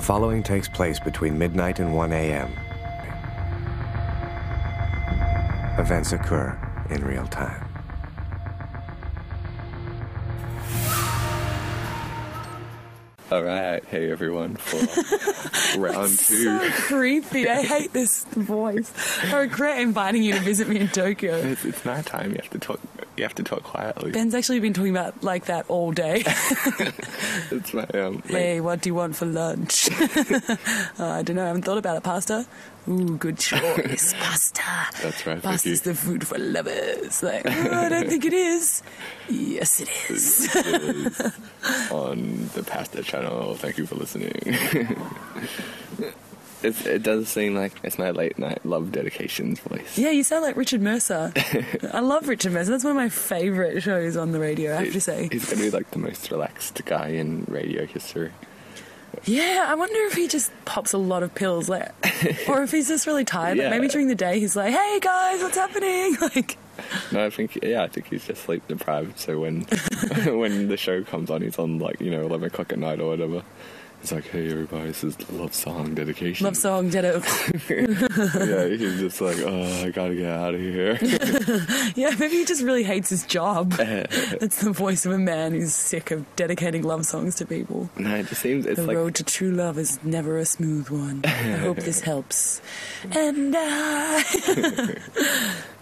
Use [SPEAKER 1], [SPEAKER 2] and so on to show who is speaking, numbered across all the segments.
[SPEAKER 1] following takes place between midnight and 1 a.m. Events occur in real time.
[SPEAKER 2] All right, hey everyone, for round two.
[SPEAKER 3] So creepy. I hate this voice. I regret inviting you to visit me in Tokyo.
[SPEAKER 2] It's, it's night time. You have to talk. You have to talk quietly.
[SPEAKER 3] Ben's actually been talking about like that all day.
[SPEAKER 2] It's my um. my-
[SPEAKER 3] hey, what do you want for lunch? Uh, I don't know. I haven't thought about it, pasta. Ooh, good choice, pasta.
[SPEAKER 2] That's right,
[SPEAKER 3] Pasta's
[SPEAKER 2] Vicky.
[SPEAKER 3] the food for lovers. Like, oh, I don't think it is. Yes, it is.
[SPEAKER 2] on the Pasta channel. Thank you for listening. it's, it does seem like it's my late night love dedications voice.
[SPEAKER 3] Yeah, you sound like Richard Mercer. I love Richard Mercer. That's one of my favourite shows on the radio. I have to say.
[SPEAKER 2] He's gonna be like the most relaxed guy in radio history.
[SPEAKER 3] Yeah, I wonder if he just pops a lot of pills, like, or if he's just really tired. Like
[SPEAKER 2] Yeah.
[SPEAKER 3] maybe during the day he's like, "Hey guys, what's happening?" Like,
[SPEAKER 2] No, I think yeah, I think he's just sleep deprived. So when when the show comes on, he's on like you know eleven o'clock at night or whatever. He's like, hey everybody, this is the love song dedication.
[SPEAKER 3] love song, did it?
[SPEAKER 2] yeah, he's just like, oh, I gotta get out of here.
[SPEAKER 3] Yeah, maybe he just really hates his job. That's the voice of a man who's sick of dedicating love songs to people.
[SPEAKER 2] no, it just seems it's
[SPEAKER 3] The
[SPEAKER 2] like
[SPEAKER 3] road to true love is never a smooth one. I hope this helps. And I.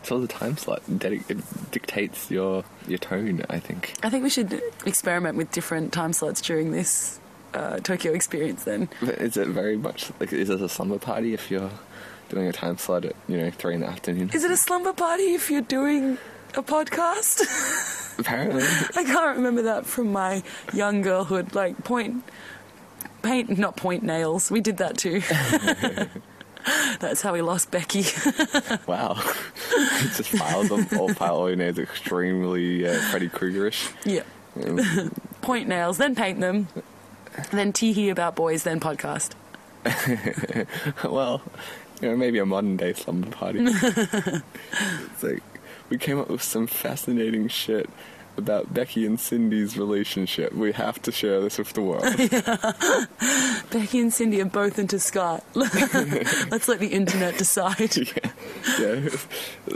[SPEAKER 2] it's all the time slot. Dedic- it dictates your your tone. I think.
[SPEAKER 3] I think we should experiment with different time slots during this uh, Tokyo experience then.
[SPEAKER 2] But is it very much like is it a slumber party if you're doing a time slot at you know three in the afternoon?
[SPEAKER 3] Is it a slumber party if you're doing a podcast?
[SPEAKER 2] Apparently,
[SPEAKER 3] I can't remember that from my young girlhood. Like point, paint, not point nails. We did that too. That's how we lost Becky.
[SPEAKER 2] wow. It's just file them all file all your names extremely uh, Freddy Kruegerish.
[SPEAKER 3] yeah,
[SPEAKER 2] Um,
[SPEAKER 3] point nails, then paint them, then tee hee about boys, then podcast.
[SPEAKER 2] well, you know maybe a modern day slumber party. it's like we came up with some fascinating shit. About Becky and Cindy's relationship. We have to share this with the world.
[SPEAKER 3] Becky and Cindy are both into Scott. Let's let the internet decide.
[SPEAKER 2] yeah.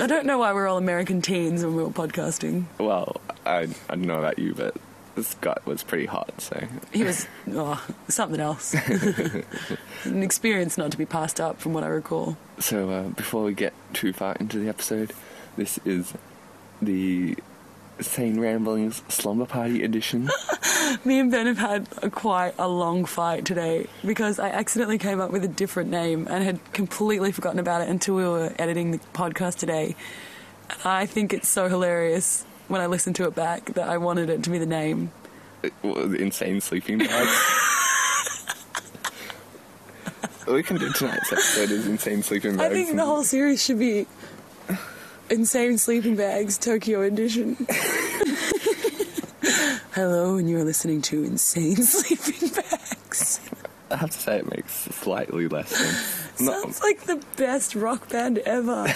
[SPEAKER 3] I don't know why we're all American teens when we were podcasting.
[SPEAKER 2] Well, I, I don't know about you, but Scott was pretty hot, so
[SPEAKER 3] He was oh, something else. An experience not to be passed up, from what I recall.
[SPEAKER 2] So uh, before we get too far into the episode, this is the Sane Ramblings Slumber Party edition.
[SPEAKER 3] Me and Ben have had a, quite a long fight today because I accidentally came up with a different name and had completely forgotten about it until we were editing the podcast today. And I think it's so hilarious when I listen to it back that I wanted it to be the name.
[SPEAKER 2] What, the insane sleeping bags. we can do tonight's episode is insane sleeping
[SPEAKER 3] I
[SPEAKER 2] bags.
[SPEAKER 3] think
[SPEAKER 2] and-
[SPEAKER 3] the whole series should be Insane Sleeping Bags Tokyo Edition. Hello, and you're listening to Insane Sleeping Bags.
[SPEAKER 2] I have to say it makes slightly less sense. Not-
[SPEAKER 3] Sounds like the best rock band ever.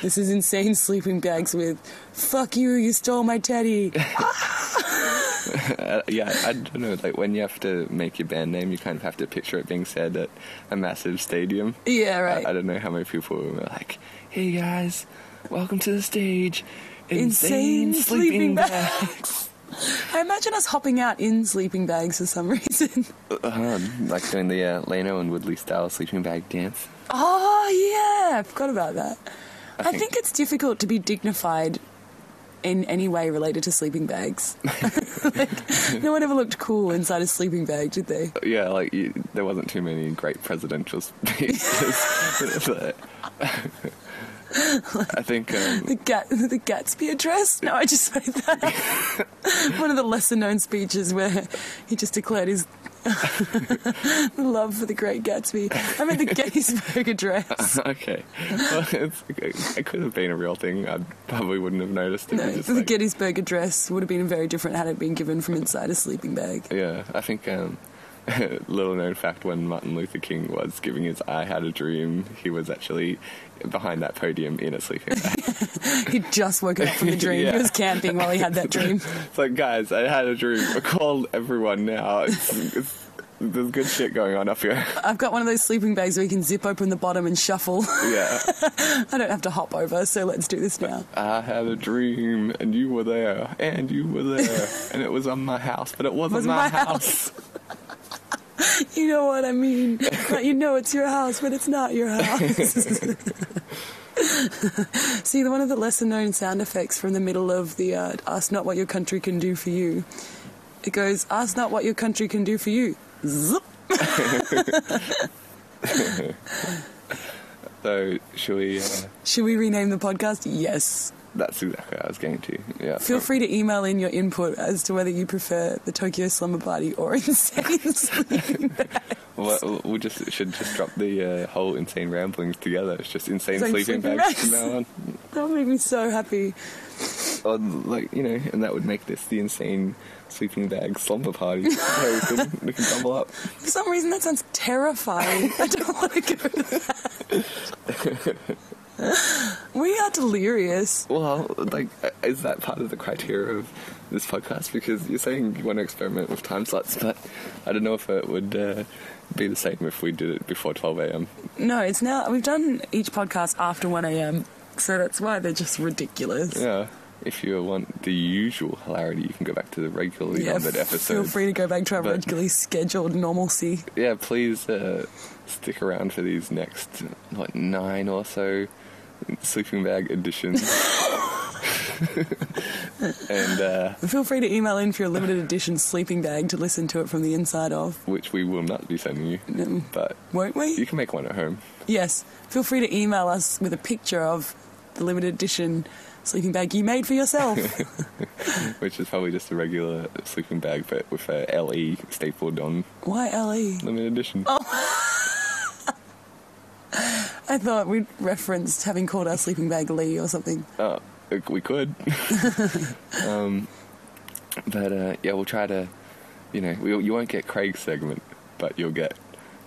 [SPEAKER 3] this is Insane Sleeping Bags with Fuck You, You Stole My Teddy.
[SPEAKER 2] uh, yeah, I don't know. Like when you have to make your band name, you kind of have to picture it being said at a massive stadium.
[SPEAKER 3] Yeah, right.
[SPEAKER 2] I, I don't know how many people were like, "Hey guys, welcome to the stage,
[SPEAKER 3] Insane sleeping
[SPEAKER 2] bag."
[SPEAKER 3] I imagine us hopping out in sleeping bags for some reason.
[SPEAKER 2] uh Like doing the uh, Leno and Woodley style sleeping bag dance.
[SPEAKER 3] Oh yeah, I forgot about that. I,
[SPEAKER 2] think-
[SPEAKER 3] think, it's difficult to be dignified in any way related to sleeping bags. like, no one ever looked cool inside a sleeping bag, did they?
[SPEAKER 2] Yeah, like you, there wasn't too many great presidential speeches. but I think um,
[SPEAKER 3] The Gat- the Gatsby address? No, I just made that. up. One of the lesser known speeches where he just declared his love for the Great Gatsby. I meant the Gettysburg address.
[SPEAKER 2] okay, well, it's, it could have been a real thing. I probably wouldn't have noticed. It
[SPEAKER 3] No,
[SPEAKER 2] was just
[SPEAKER 3] the
[SPEAKER 2] like-
[SPEAKER 3] Gettysburg address would have been very different had it been given from inside a sleeping bag.
[SPEAKER 2] Yeah, I think um, little known fact when Martin Luther King was giving his I Had a Dream, he was actually behind that podium in a sleeping bag.
[SPEAKER 3] He'd just woken up from the dream.
[SPEAKER 2] Yeah.
[SPEAKER 3] He was camping while he had that dream.
[SPEAKER 2] it's like, guys, I had a dream. Call everyone now. It's, it's, There's good shit going on up here.
[SPEAKER 3] I've got one of those sleeping bags where you can zip open the bottom and shuffle.
[SPEAKER 2] yeah.
[SPEAKER 3] I don't have to hop over, so let's do this now.
[SPEAKER 2] I had a dream, and you were there, and you were there, and it was on my house, but it wasn't
[SPEAKER 3] Was
[SPEAKER 2] my,
[SPEAKER 3] my
[SPEAKER 2] house.
[SPEAKER 3] You know what I mean? Like, you know it's your house, but it's not your house. See, one of the lesser known sound effects from the middle of the uh, Ask Not What Your Country Can Do For You, it goes, Ask Not What Your Country Can Do For You. Zup.
[SPEAKER 2] So, should we? Uh,
[SPEAKER 3] Should we rename the podcast? Yes.
[SPEAKER 2] that's exactly what I was going to. Yeah.
[SPEAKER 3] Feel free to email in your input as to whether you prefer the Tokyo Slumber Party or Insane Sleep.
[SPEAKER 2] Well, we just should just drop the uh, whole insane ramblings together. It's just insane,
[SPEAKER 3] Insane
[SPEAKER 2] sleeping,
[SPEAKER 3] sleeping
[SPEAKER 2] bags from
[SPEAKER 3] bags.
[SPEAKER 2] now on.
[SPEAKER 3] that would make me so happy.
[SPEAKER 2] Or, like you know, and that would make this the insane sleeping bag slumber party. so we can, we can double up.
[SPEAKER 3] For some reason, that sounds terrifying. I don't want to go to that. we are delirious.
[SPEAKER 2] Well, like, is that part of the criteria of this podcast? Because you're saying you want to experiment with time slots, but I don't know if it would uh, be the same if we did it before 12 a.m.
[SPEAKER 3] No, it's now. We've done each podcast after 1 a.m., so that's why they're just ridiculous.
[SPEAKER 2] Yeah. If you want the usual hilarity, you can go back to the regularly
[SPEAKER 3] Yeah,
[SPEAKER 2] numbered
[SPEAKER 3] Feel
[SPEAKER 2] episodes.
[SPEAKER 3] free to go back to our
[SPEAKER 2] But-
[SPEAKER 3] regularly scheduled normalcy.
[SPEAKER 2] Yeah, please uh, stick around for these next, what, nine or so sleeping bag editions. and uh,
[SPEAKER 3] Feel free to email in for your limited edition sleeping bag to listen to it from the inside of.
[SPEAKER 2] which we will not be sending you,
[SPEAKER 3] Mm,
[SPEAKER 2] but
[SPEAKER 3] Won't we?
[SPEAKER 2] you can make one at home.
[SPEAKER 3] Yes. Feel free to email us with a picture of the limited edition sleeping bag you made for yourself.
[SPEAKER 2] which is probably just a regular sleeping bag, but with a LE stapled on
[SPEAKER 3] Why LE?
[SPEAKER 2] limited edition.
[SPEAKER 3] Oh. I thought we would referenced having called our sleeping bag Lee or something.
[SPEAKER 2] Uh, we could, um, but uh, yeah, we'll try to. You know, we, you won't get Craig's segment, but you'll get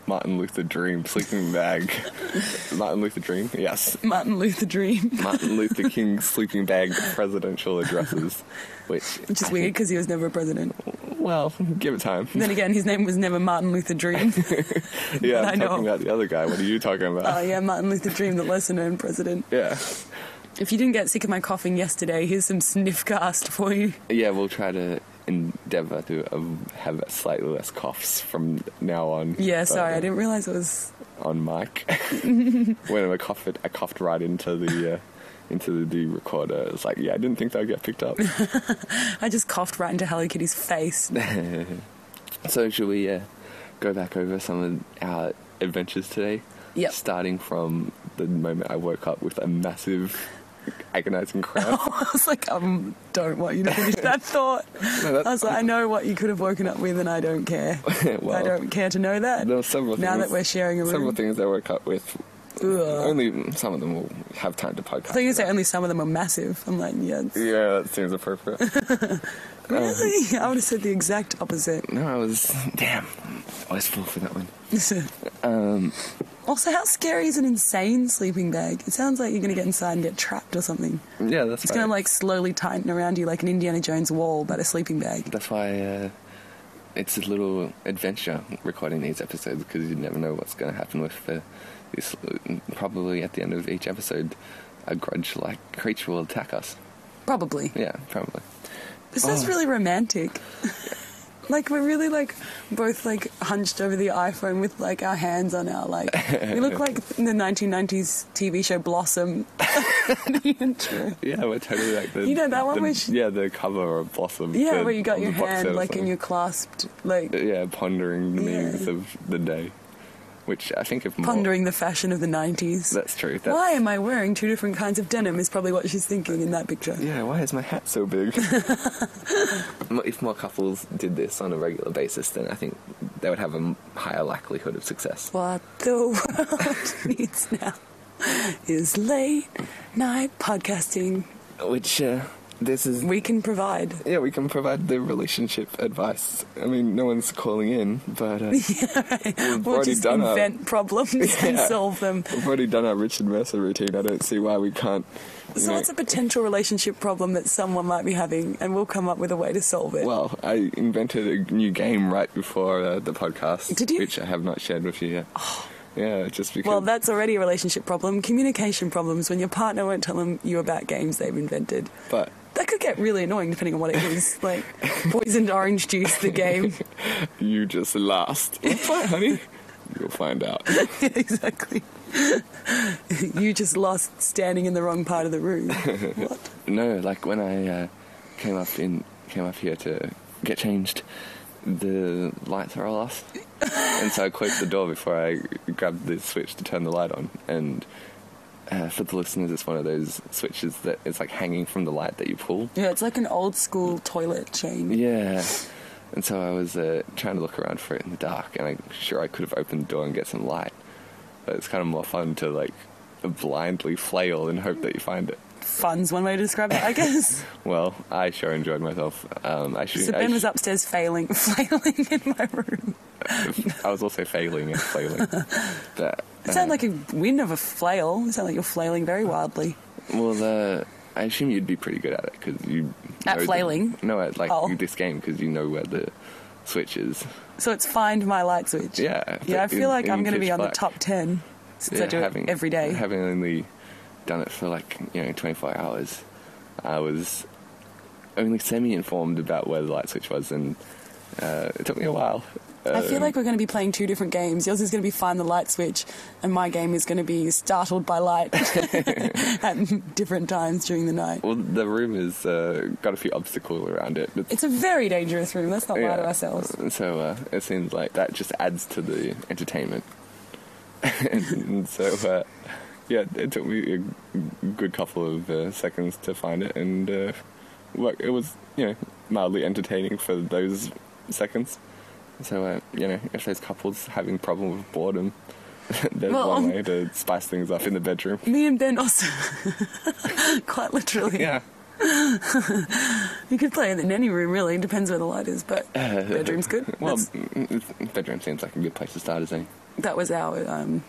[SPEAKER 2] Martin Luther Dream sleeping bag. Martin Luther Dream, yes.
[SPEAKER 3] Martin Luther Dream,
[SPEAKER 2] Martin Luther King sleeping bag presidential addresses, which
[SPEAKER 3] which
[SPEAKER 2] I
[SPEAKER 3] is weird because he was never a president.
[SPEAKER 2] think- well, give it time.
[SPEAKER 3] Then again, his name was never Martin Luther Dream.
[SPEAKER 2] Yeah,
[SPEAKER 3] I
[SPEAKER 2] I'm
[SPEAKER 3] know.
[SPEAKER 2] talking about the other guy. What are you talking about?
[SPEAKER 3] Oh, yeah, Martin Luther Dream, the lesser known president.
[SPEAKER 2] yeah.
[SPEAKER 3] If you didn't get sick of my coughing yesterday, here's some sniffcast for you.
[SPEAKER 2] Yeah, we'll try to endeavour to um, have slightly less coughs from now on.
[SPEAKER 3] Yeah,
[SPEAKER 2] But,
[SPEAKER 3] sorry,
[SPEAKER 2] uh,
[SPEAKER 3] I didn't realise it was.
[SPEAKER 2] On mic, when I coughed, I coughed right into the uh, into the recorder. It's like, yeah, I didn't think that would get picked up.
[SPEAKER 3] I just coughed right into Hello Kitty's face.
[SPEAKER 2] so, should we uh, go back over some of our adventures today?
[SPEAKER 3] Yep.
[SPEAKER 2] Starting from the moment I woke up with a massive agonising cramp.
[SPEAKER 3] I was like, um, don't want you to finish that thought.
[SPEAKER 2] No,
[SPEAKER 3] I
[SPEAKER 2] that-
[SPEAKER 3] was like, I know what you could have woken up with, and I don't care.
[SPEAKER 2] Well,
[SPEAKER 3] I don't care to know that.
[SPEAKER 2] there were several
[SPEAKER 3] now
[SPEAKER 2] things.
[SPEAKER 3] that we're sharing a
[SPEAKER 2] several
[SPEAKER 3] room.
[SPEAKER 2] things I woke up with.
[SPEAKER 3] Ugh.
[SPEAKER 2] Only some of them will have time to podcast.
[SPEAKER 3] I thought you were gonna say only some of them are massive. I'm like, yeah, it's-
[SPEAKER 2] Yeah, that seems appropriate.
[SPEAKER 3] really? I would have said the exact opposite.
[SPEAKER 2] no, I was damn. I was full for that one. Um,
[SPEAKER 3] also, how scary is an insane sleeping bag? It sounds like you're going to get inside and get trapped or something.
[SPEAKER 2] Yeah, that's
[SPEAKER 3] It's
[SPEAKER 2] right.
[SPEAKER 3] going to like slowly tighten around you like an Indiana Jones wall, but a sleeping bag.
[SPEAKER 2] That's why uh, it's a little adventure recording these episodes because you never know what's going to happen with uh, this. Probably at the end of each episode, a grudge-like creature will attack us.
[SPEAKER 3] Probably.
[SPEAKER 2] Yeah, probably.
[SPEAKER 3] This is
[SPEAKER 2] Oh.
[SPEAKER 3] really romantic. like we're really like both like hunched over the iPhone with like our hands on our like. We look like in the 1990s TV show Blossom. the intro.
[SPEAKER 2] Yeah, we're totally like the
[SPEAKER 3] You know that one
[SPEAKER 2] the-
[SPEAKER 3] where she-
[SPEAKER 2] yeah the cover of Blossom.
[SPEAKER 3] Yeah,
[SPEAKER 2] the-
[SPEAKER 3] where you got
[SPEAKER 2] of
[SPEAKER 3] your
[SPEAKER 2] the box set
[SPEAKER 3] hand
[SPEAKER 2] or
[SPEAKER 3] like and
[SPEAKER 2] something. Uh,
[SPEAKER 3] you're clasped like
[SPEAKER 2] yeah pondering the
[SPEAKER 3] Yeah.
[SPEAKER 2] meanings of the day, which I think if more-
[SPEAKER 3] pondering the fashion of the 90s.
[SPEAKER 2] That's true. That's,
[SPEAKER 3] Why am I wearing two different kinds of denim is probably what she's thinking in that picture.
[SPEAKER 2] Yeah, why is my hat so big? if more couples did this on a regular basis, then I think they would have a m- higher likelihood of success.
[SPEAKER 3] What the world needs now is late night podcasting.
[SPEAKER 2] Which uh, this is
[SPEAKER 3] We can provide.
[SPEAKER 2] yeah, we can provide the relationship advice. I mean, no one's calling in, but uh, we've
[SPEAKER 3] We'll
[SPEAKER 2] already
[SPEAKER 3] just
[SPEAKER 2] done our,
[SPEAKER 3] invent problems and
[SPEAKER 2] Yeah.
[SPEAKER 3] solve them.
[SPEAKER 2] we've already done our Richard Mercer routine. I don't see why we can't. you
[SPEAKER 3] So
[SPEAKER 2] know-
[SPEAKER 3] what's a potential relationship problem that someone might be having, and we'll come up with a way to solve it.
[SPEAKER 2] Well, I invented a new game right before uh, the podcast.
[SPEAKER 3] Did you? Oh.
[SPEAKER 2] Which I have not shared with you yet. Yeah, just because.
[SPEAKER 3] Well, that's already a relationship problem. Communication problems when your partner won't tell them you about games they've invented.
[SPEAKER 2] but
[SPEAKER 3] That could get really annoying depending on what it is. Like poisoned orange juice, the game.
[SPEAKER 2] you just last. What's that, honey? You'll find out.
[SPEAKER 3] exactly. you just lost standing in the wrong part of the room. what?
[SPEAKER 2] No, like when I uh, came up in came up here to get changed, the lights are all off, and so I closed the door before I grabbed the switch to turn the light on. And uh, for the listeners, it's one of those switches that it's like hanging from the light that you pull.
[SPEAKER 3] Yeah, it's like an old school toilet chain.
[SPEAKER 2] Yeah. And so I was uh, trying to look around for it in the dark, and I'm sure I could have opened the door and get some light. But it's kind of more fun to like blindly flail and hope that you find it.
[SPEAKER 3] Fun's one way to describe it, I guess.
[SPEAKER 2] Well, I sure enjoyed myself. Um, I should.
[SPEAKER 3] so
[SPEAKER 2] I,
[SPEAKER 3] Ben was
[SPEAKER 2] sh-
[SPEAKER 3] upstairs failing, flailing in my room.
[SPEAKER 2] I was also failing and flailing. but, uh,
[SPEAKER 3] It sounded like a wind of a flail. It sounded like you're flailing very wildly.
[SPEAKER 2] Well, the, I assume you'd be pretty good at it because you.
[SPEAKER 3] At
[SPEAKER 2] know the-
[SPEAKER 3] flailing?
[SPEAKER 2] no, at like
[SPEAKER 3] Oh.
[SPEAKER 2] this game because you know where the switch is.
[SPEAKER 3] So it's find my light switch.
[SPEAKER 2] Yeah. but
[SPEAKER 3] Yeah, I feel
[SPEAKER 2] in-
[SPEAKER 3] like
[SPEAKER 2] in
[SPEAKER 3] I'm going to be
[SPEAKER 2] pitch
[SPEAKER 3] on the
[SPEAKER 2] black.
[SPEAKER 3] top 10 since I
[SPEAKER 2] Yeah,
[SPEAKER 3] do it every day.
[SPEAKER 2] Having only done it for like you know 24 hours, I was only semi-informed about where the light switch was, and uh, it took me a while.
[SPEAKER 3] I feel like we're going to be playing two different games. Yours is going to be find the light switch, and my game is going to be startled by light at different times during the night.
[SPEAKER 2] Well, the room has uh, got a few obstacles around it. It's,
[SPEAKER 3] It's a very dangerous room. Let's not lie to ourselves.
[SPEAKER 2] So uh, it seems like that just adds to the entertainment. and so, uh, yeah, it took me a good couple of uh, seconds to find it, and uh, look, it was you know mildly entertaining for those seconds. So uh, you know, if there's couples having problem with boredom, there's
[SPEAKER 3] Well,
[SPEAKER 2] one
[SPEAKER 3] um,
[SPEAKER 2] way to spice things up in the bedroom.
[SPEAKER 3] Me and Ben also, quite literally.
[SPEAKER 2] Yeah,
[SPEAKER 3] You could play it in any room, really. It depends where the light is, but bedroom's good.
[SPEAKER 2] well,
[SPEAKER 3] That's-
[SPEAKER 2] Mm, bedroom seems like a good place to start, as any.
[SPEAKER 3] that was our um,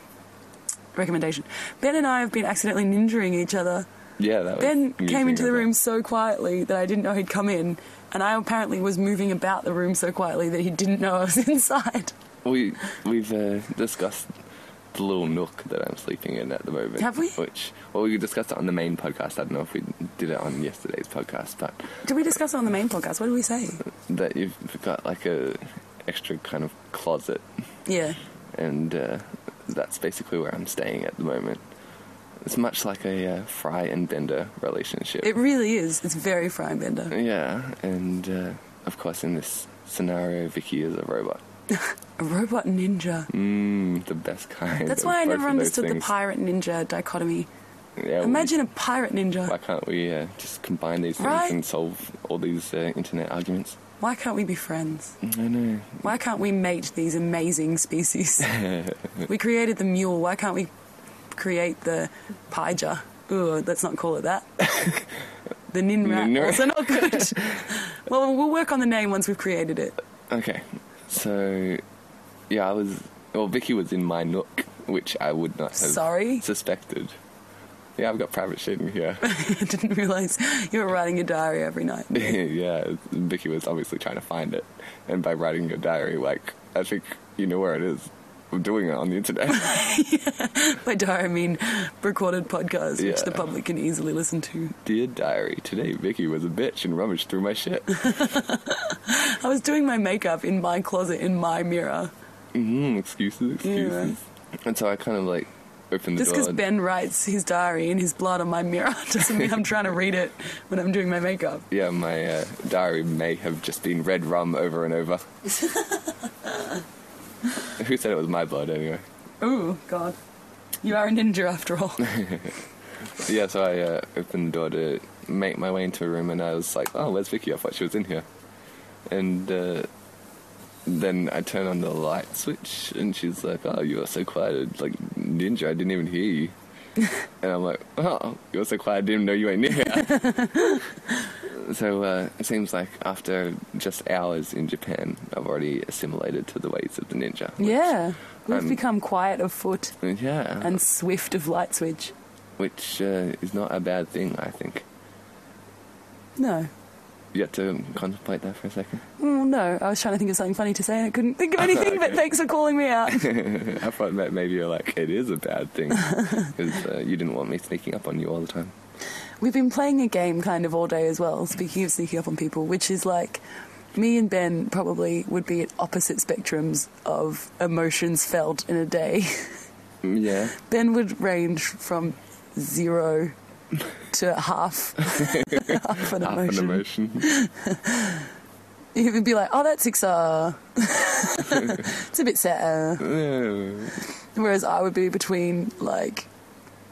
[SPEAKER 3] recommendation. Ben and I have been accidentally ninjuring each other.
[SPEAKER 2] Yeah, that was
[SPEAKER 3] Ben came
[SPEAKER 2] amusing,
[SPEAKER 3] into
[SPEAKER 2] wasn't
[SPEAKER 3] the
[SPEAKER 2] it?
[SPEAKER 3] room so quietly that I didn't know he'd come in, and I apparently was moving about the room so quietly that he didn't know I was inside.
[SPEAKER 2] We we've uh, discussed the little nook that I'm sleeping in at the moment.
[SPEAKER 3] Have we?
[SPEAKER 2] Which well, we discussed it on the main podcast. I don't know if we did it on yesterday's podcast, but
[SPEAKER 3] Did we discuss it on the main podcast? What did we say?
[SPEAKER 2] that you've got like a extra kind of closet,
[SPEAKER 3] Yeah.
[SPEAKER 2] and uh, that's basically where I'm staying at the moment. It's much like a uh, Fry and Bender relationship.
[SPEAKER 3] It really is. It's very frying bender.
[SPEAKER 2] yeah, and uh, of course in this scenario, Vicky is a robot.
[SPEAKER 3] A robot ninja.
[SPEAKER 2] Mm, the best kind.
[SPEAKER 3] That's
[SPEAKER 2] of
[SPEAKER 3] why I
[SPEAKER 2] both
[SPEAKER 3] never
[SPEAKER 2] of those
[SPEAKER 3] understood the
[SPEAKER 2] things.
[SPEAKER 3] pirate ninja dichotomy.
[SPEAKER 2] Yeah, we-
[SPEAKER 3] Imagine a pirate
[SPEAKER 2] Why
[SPEAKER 3] ninja.
[SPEAKER 2] can't we uh, just combine these things
[SPEAKER 3] Right.
[SPEAKER 2] and solve all these uh, internet arguments?
[SPEAKER 3] Why can't we be friends?
[SPEAKER 2] I know.
[SPEAKER 3] Why can't we mate these amazing species? we created the mule. Why can't we create the piger? Ooh, let's not call it that. The nin rat.
[SPEAKER 2] Nin rat.
[SPEAKER 3] Also not good. well, we'll work on the name once we've created it.
[SPEAKER 2] Okay, so yeah, I was. Well, Vicky was in my nook, which I would not have
[SPEAKER 3] Sorry?
[SPEAKER 2] suspected. Yeah, I've got private shit in here.
[SPEAKER 3] I didn't realize you were writing your diary every night.
[SPEAKER 2] yeah, Vicky was obviously trying to find it, and by writing your diary, like I think you know where it is. We're doing it on the internet.
[SPEAKER 3] By diary, I mean recorded podcast, which the
[SPEAKER 2] Yeah.
[SPEAKER 3] public can easily listen to.
[SPEAKER 2] Dear diary, today Vicky was a bitch and rummaged through my shit.
[SPEAKER 3] I was doing my makeup in my closet in my mirror.
[SPEAKER 2] Mm, excuses, excuses. And so I kind of like opened the
[SPEAKER 3] Just
[SPEAKER 2] door.
[SPEAKER 3] because
[SPEAKER 2] and-
[SPEAKER 3] Ben writes his diary in his blood on my mirror doesn't mean I'm trying to read it when I'm doing my makeup.
[SPEAKER 2] Yeah, my uh, diary may have just been red rum over and over. Who said it was my blood anyway?
[SPEAKER 3] Ooh, God. You are a ninja after all.
[SPEAKER 2] Yeah, so I uh, opened the door to make my way into a room, and I was like, "Oh, where's Vicky? I thought she was in here." And uh, then I turn on the light switch, and she's like, "Oh, you are so quiet, like ninja. I didn't even hear you." and I'm like, "Oh, you're so quiet. I didn't know you ain't here." So uh, it seems like after just hours in Japan, I've already assimilated to the ways of the ninja. which-
[SPEAKER 3] yeah. We've
[SPEAKER 2] I'm-
[SPEAKER 3] become quiet of foot
[SPEAKER 2] Yeah.
[SPEAKER 3] and swift of light switch.
[SPEAKER 2] which uh, is not a bad thing, I think.
[SPEAKER 3] No.
[SPEAKER 2] You have to contemplate that for a second.
[SPEAKER 3] Oh, no. I was trying to think of something funny to say and I couldn't think of anything, but
[SPEAKER 2] Okay.
[SPEAKER 3] thanks for calling me out.
[SPEAKER 2] I thought that maybe you're like, it is a bad thing. Because uh, you didn't want me sneaking up on you all the time.
[SPEAKER 3] We've been playing a game kind of all day as well, speaking of sneaking up on people, which is like me and Ben probably would be at opposite spectrums of emotions felt in a day.
[SPEAKER 2] Mm, Yeah.
[SPEAKER 3] Ben would range from zero to half, half an
[SPEAKER 2] Half an
[SPEAKER 3] emotion.
[SPEAKER 2] emotion.
[SPEAKER 3] He would be like, oh, that's XR. it's a bit sad.
[SPEAKER 2] Uh,
[SPEAKER 3] Whereas I would be between like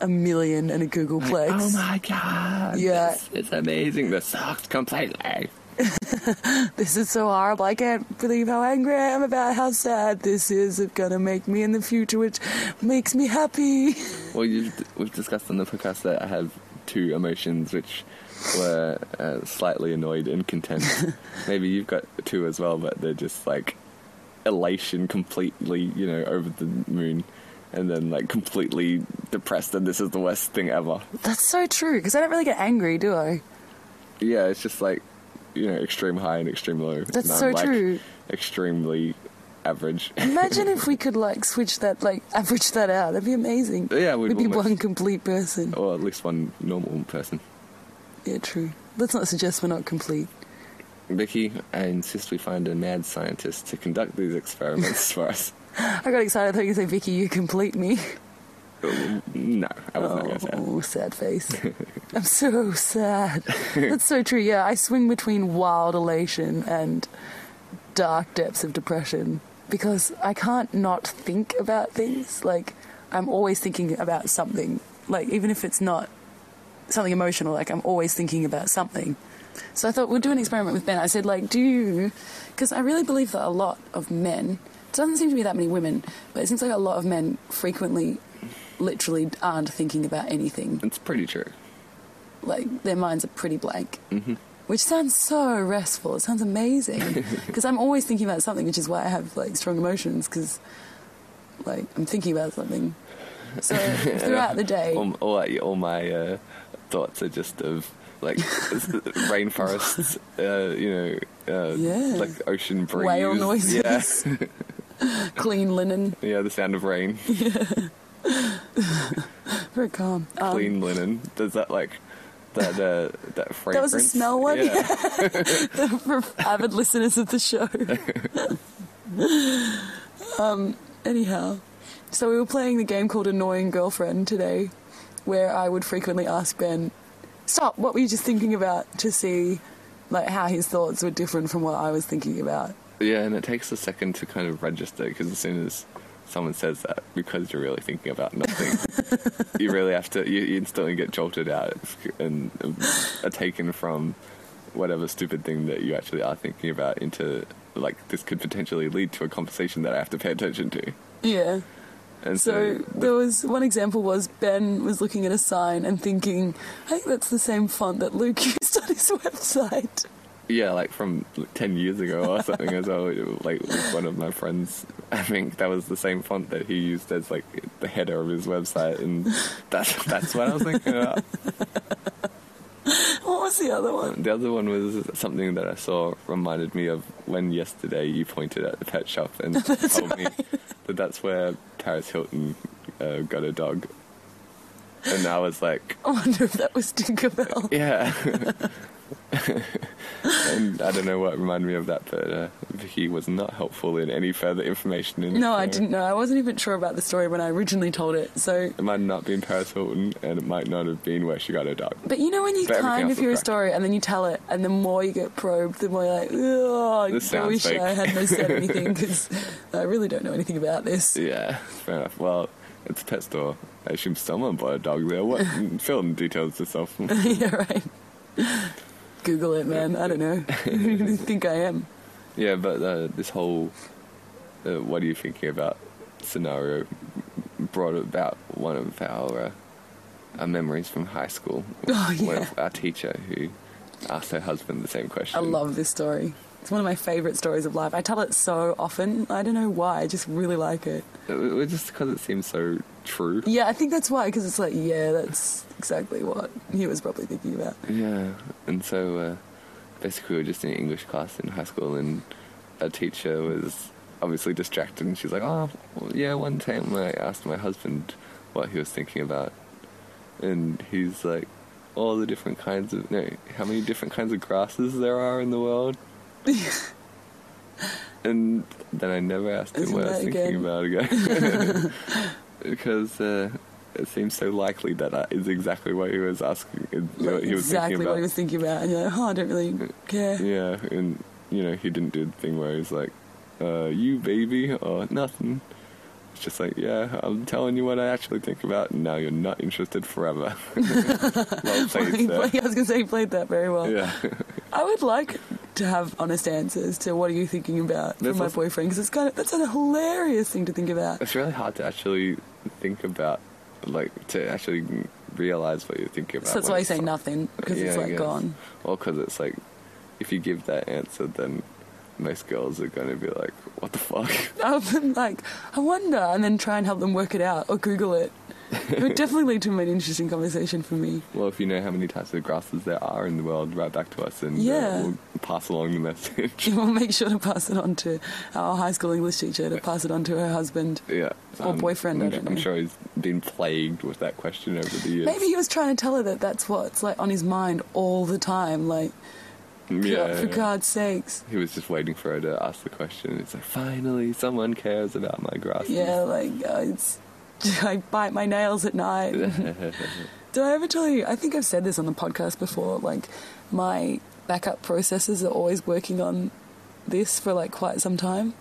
[SPEAKER 3] a million and a Google Plex.
[SPEAKER 2] oh my god.
[SPEAKER 3] Yeah.
[SPEAKER 2] This is amazing. This sucks completely.
[SPEAKER 3] this is so horrible. I can't believe how angry I am about how sad this is. It's gonna make me in the future, which makes me happy.
[SPEAKER 2] Well, you, we've discussed on the podcast that I have two emotions which were uh, slightly annoyed and content. Maybe you've got two as well, but they're just like elation completely, you know, over the moon, and then like completely depressed and this is the worst thing ever.
[SPEAKER 3] That's so true because I don't really get angry, do I?
[SPEAKER 2] Yeah, it's just like, you know, extreme high and extreme low.
[SPEAKER 3] That's
[SPEAKER 2] and I'm,
[SPEAKER 3] so
[SPEAKER 2] like,
[SPEAKER 3] true.
[SPEAKER 2] Extremely average.
[SPEAKER 3] Imagine if we could like switch that, like average that out. That'd be amazing.
[SPEAKER 2] Yeah, we'd
[SPEAKER 3] We'd be
[SPEAKER 2] almost- Oh.
[SPEAKER 3] one complete person.
[SPEAKER 2] or at least one normal person.
[SPEAKER 3] Yeah, true. Let's not suggest we're not complete.
[SPEAKER 2] Vicky, I insist we find a mad scientist to conduct these experiments for us.
[SPEAKER 3] I got excited. I thought you were gonna say, Vicky, you complete me.
[SPEAKER 2] No, I was not going to say that.
[SPEAKER 3] Oh, sad face. I'm so sad. That's so true. Yeah, I swing between wild elation and dark depths of depression because I can't not think about things. Like, I'm always thinking about something. Like, even if it's not something emotional, like, I'm always thinking about something. So I thought we'll do an experiment with Ben. I said, like, do you? Because I really believe that a lot of men, it doesn't seem to be that many women, but it seems like a lot of men frequently, literally aren't thinking about anything
[SPEAKER 2] It's pretty true.
[SPEAKER 3] like their minds are pretty blank, which sounds so restful. It sounds amazing because I'm always thinking about something, which is why I have like strong emotions because like I'm thinking about something. So throughout the day,
[SPEAKER 2] All, all, I- all my uh, thoughts are just of like rainforests, uh, you know, uh,
[SPEAKER 3] Yeah.
[SPEAKER 2] like ocean breeze.
[SPEAKER 3] whale
[SPEAKER 2] Yeah,
[SPEAKER 3] noises, clean linen,
[SPEAKER 2] yeah, the sound of rain,
[SPEAKER 3] very calm. Um,
[SPEAKER 2] clean linen. Does that like that uh, that fragrance?
[SPEAKER 3] was a smell one?
[SPEAKER 2] Yeah.
[SPEAKER 3] for avid listeners of the show. um, anyhow, so we were playing the game called Annoying Girlfriend today, where I would frequently ask Ben, "Stop! What were you just thinking about?" to see, like, how his thoughts were different from what I was thinking about.
[SPEAKER 2] yeah, and it takes a second to kind of register because as soon as someone says that, because you're really thinking about nothing, you really have to. You, you instantly get jolted out and um, are taken from whatever stupid thing that you actually are thinking about into like this could potentially lead to a conversation that I have to pay attention to.
[SPEAKER 3] Yeah.
[SPEAKER 2] And
[SPEAKER 3] So
[SPEAKER 2] so,
[SPEAKER 3] there was one example was Ben was looking at a sign and thinking, I think that's the same font that Luke used on his website.
[SPEAKER 2] yeah, like from like, ten years ago or something as well. Like with one of my friends, I think that was the same font that he used as like the header of his website, and that's that's what I was thinking about.
[SPEAKER 3] What was the other one?
[SPEAKER 2] The other one was something that I saw reminded me of when yesterday you pointed at the pet shop and told me that that's where Paris Hilton uh, got a dog. And I was like,
[SPEAKER 3] I wonder if that was Tinkerbell.
[SPEAKER 2] yeah. and I don't know what reminded me of that, but uh, Vicky was not helpful in any further information. In
[SPEAKER 3] No,
[SPEAKER 2] it,
[SPEAKER 3] I
[SPEAKER 2] so
[SPEAKER 3] didn't know. I wasn't even sure about the story when I originally told it. So,
[SPEAKER 2] It might not have been Paris Hilton, and it might not have been where she got her dog.
[SPEAKER 3] but you know when you
[SPEAKER 2] But everything
[SPEAKER 3] kind
[SPEAKER 2] else
[SPEAKER 3] of hear a
[SPEAKER 2] was correct.
[SPEAKER 3] story and then you tell it, and the more you get probed, the more you're like, oh,
[SPEAKER 2] This
[SPEAKER 3] I
[SPEAKER 2] sounds
[SPEAKER 3] wish
[SPEAKER 2] fake."
[SPEAKER 3] I hadn't have said anything because I really don't know anything about this.
[SPEAKER 2] Yeah, fair enough. Well, it's a pet store. I assume someone bought a dog there. What? Fill in details yourself.
[SPEAKER 3] yeah, right. Google it, man. I don't know. Who do you think I am?
[SPEAKER 2] yeah, but uh, this whole uh, what are you thinking about scenario brought about one of our, uh, our memories from high school.
[SPEAKER 3] Oh,
[SPEAKER 2] One
[SPEAKER 3] yeah.
[SPEAKER 2] of our teacher who asked her husband the same question.
[SPEAKER 3] I love this story. It's one of my favorite stories of life. I tell it so often. I don't know why. I just really like it.
[SPEAKER 2] It, it- just because it seems so true.
[SPEAKER 3] Yeah, I think that's why, because it's like, yeah, that's exactly what he was probably thinking about.
[SPEAKER 2] Yeah, and so uh, basically we were just in English class in high school, and our teacher was obviously distracted, and she's like, "Oh, well, yeah." One time I asked my husband what he was thinking about, and he's like, "All the different kinds of no, how many different kinds of grasses there are in the world." and then I never asked him
[SPEAKER 3] Isn't
[SPEAKER 2] what I was
[SPEAKER 3] that
[SPEAKER 2] thinking
[SPEAKER 3] again?
[SPEAKER 2] about again, because. Uh, it seems so likely that that is exactly what he was asking. what he was
[SPEAKER 3] exactly
[SPEAKER 2] thinking about.
[SPEAKER 3] what he was thinking about. And you're like, oh, I don't really care.
[SPEAKER 2] Yeah, and you know, he didn't do the thing where he's like, uh, you baby or nothing. It's just like, yeah, I'm telling you what I actually think about, and now you're not interested forever. well
[SPEAKER 3] He
[SPEAKER 2] played,
[SPEAKER 3] play-
[SPEAKER 2] sir.
[SPEAKER 3] I was going to say he played that very well.
[SPEAKER 2] uh, Yeah.
[SPEAKER 3] I would like to have honest answers to what are you thinking about
[SPEAKER 2] That's
[SPEAKER 3] from my
[SPEAKER 2] awesome.
[SPEAKER 3] boyfriend because it's kind of that's a hilarious thing to think about.
[SPEAKER 2] It's really hard to actually think about, like, to actually realize what you're thinking about.
[SPEAKER 3] So that's
[SPEAKER 2] when
[SPEAKER 3] why you
[SPEAKER 2] it's
[SPEAKER 3] say
[SPEAKER 2] not-
[SPEAKER 3] nothing because
[SPEAKER 2] Yeah,
[SPEAKER 3] it's
[SPEAKER 2] I
[SPEAKER 3] like
[SPEAKER 2] guess.
[SPEAKER 3] gone.
[SPEAKER 2] Well, because it's like, if you give that answer, then most girls are going to be like, what the fuck?
[SPEAKER 3] I've been like, I wonder, and then try and help them work it out or Google it. It would definitely lead to an interesting conversation for me.
[SPEAKER 2] Well, if you know how many types of grasses there are in the world, write back to us and
[SPEAKER 3] Yeah.
[SPEAKER 2] uh, we'll pass along the message.
[SPEAKER 3] We'll make sure to pass it on to our high school English teacher to pass it on to her husband.
[SPEAKER 2] yeah. Um,
[SPEAKER 3] Or boyfriend, I
[SPEAKER 2] I'm,
[SPEAKER 3] don't
[SPEAKER 2] I'm
[SPEAKER 3] know.
[SPEAKER 2] sure he's been plagued with that question over the years.
[SPEAKER 3] Maybe he was trying to tell her that that's what's like on his mind all the time. Like,
[SPEAKER 2] Yeah.
[SPEAKER 3] for God's sakes.
[SPEAKER 2] He was just waiting for her to ask the question. It's like, finally, someone cares about my grasses.
[SPEAKER 3] Yeah, like uh, it's. I bite my nails at night. Did I ever tell you? I think I've said this on the podcast before. Like, my backup processors are always working on this for like quite some time.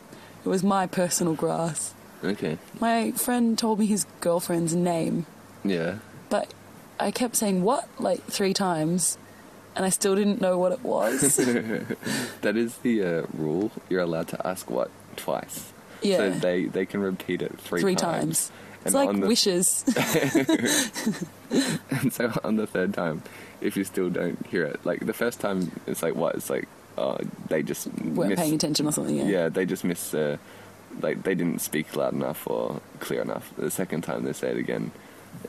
[SPEAKER 3] It was my personal grass.
[SPEAKER 2] okay.
[SPEAKER 3] My friend told me his girlfriend's name,
[SPEAKER 2] Yeah.
[SPEAKER 3] but I kept saying what like three times, and I still didn't know what it was.
[SPEAKER 2] That is the uh, rule. You're allowed to ask what twice.
[SPEAKER 3] yeah,
[SPEAKER 2] So they, they can repeat it three,
[SPEAKER 3] three times.
[SPEAKER 2] And
[SPEAKER 3] It's like
[SPEAKER 2] on the
[SPEAKER 3] wishes.
[SPEAKER 2] And so on the third time, if you still don't hear it, like the first time, it's like what? It's like uh, they just
[SPEAKER 3] weren't
[SPEAKER 2] miss-
[SPEAKER 3] paying attention or something. Yeah.
[SPEAKER 2] Yeah, they just miss. Uh, like they didn't speak loud enough or clear enough. The second time they say it again,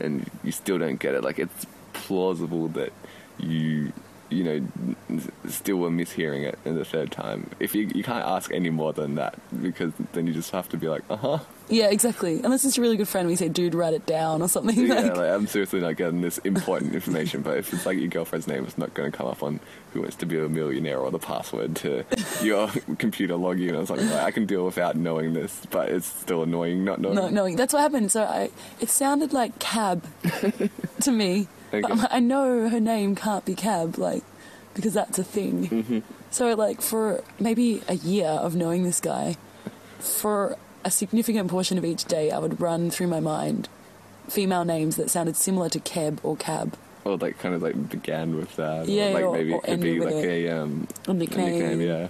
[SPEAKER 2] and you still don't get it. Like it's plausible that you. You know, n- still were mishearing it in the third time. If you you can't ask any more than that because then you just have to be like, uh huh,
[SPEAKER 3] Yeah, exactly. Unless it's a really good friend, we say, "Dude, write it down" or something.
[SPEAKER 2] Yeah,
[SPEAKER 3] like,
[SPEAKER 2] like, I'm seriously not getting this important information, but if it's like your girlfriend's name, it's not going to come up on Who Wants to Be a Millionaire or the password to your computer login or something. Like, I can deal without knowing this, but it's still annoying not knowing.
[SPEAKER 3] no, no. That's what happened. So I, it sounded like cab to me. But
[SPEAKER 2] Okay.
[SPEAKER 3] I know her name can't be cab, like, because that's a thing. So like for maybe a year of knowing this guy, for a significant portion of each day, I would run through my mind female names that sounded similar to keb or cab.
[SPEAKER 2] Or like kind of like began with that.
[SPEAKER 3] Yeah,
[SPEAKER 2] or like
[SPEAKER 3] or-
[SPEAKER 2] maybe
[SPEAKER 3] or
[SPEAKER 2] it could
[SPEAKER 3] ended
[SPEAKER 2] be
[SPEAKER 3] with
[SPEAKER 2] like
[SPEAKER 3] it.
[SPEAKER 2] a, um,
[SPEAKER 3] A nickname.
[SPEAKER 2] yeah.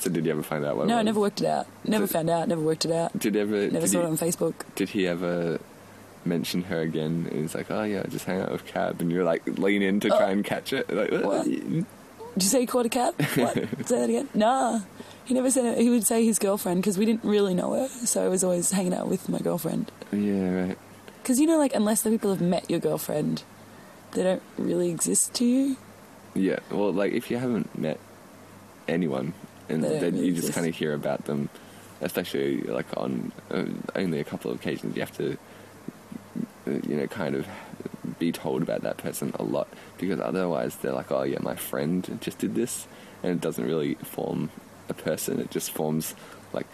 [SPEAKER 2] So did you ever find out what it
[SPEAKER 3] No, I
[SPEAKER 2] was?
[SPEAKER 3] never worked it out. Never
[SPEAKER 2] So-
[SPEAKER 3] found out. Never worked it out.
[SPEAKER 2] Did ever?
[SPEAKER 3] Never
[SPEAKER 2] did
[SPEAKER 3] saw
[SPEAKER 2] you-
[SPEAKER 3] it on Facebook.
[SPEAKER 2] did he ever mention her again? And he's like, oh yeah, I just hang out with Cab, and you're like lean in to try and catch it. Like,
[SPEAKER 3] Oh. What? Did you say he caught a cab? What? say that again? Nah. He never said it. He would say his girlfriend because we didn't really know her. So I was always hanging out with my girlfriend.
[SPEAKER 2] yeah, right.
[SPEAKER 3] Because, you know, like, unless the people have met your girlfriend, they don't really exist to you.
[SPEAKER 2] Yeah, well, like if you haven't met anyone, and
[SPEAKER 3] They don't
[SPEAKER 2] then
[SPEAKER 3] really
[SPEAKER 2] you just
[SPEAKER 3] exist.
[SPEAKER 2] kind of hear about them, especially like on uh, only a couple of occasions, you have to, uh, you know, kind of be told about that person a lot because otherwise they're like, oh yeah, my friend just did this, and it doesn't really form a person. It just forms like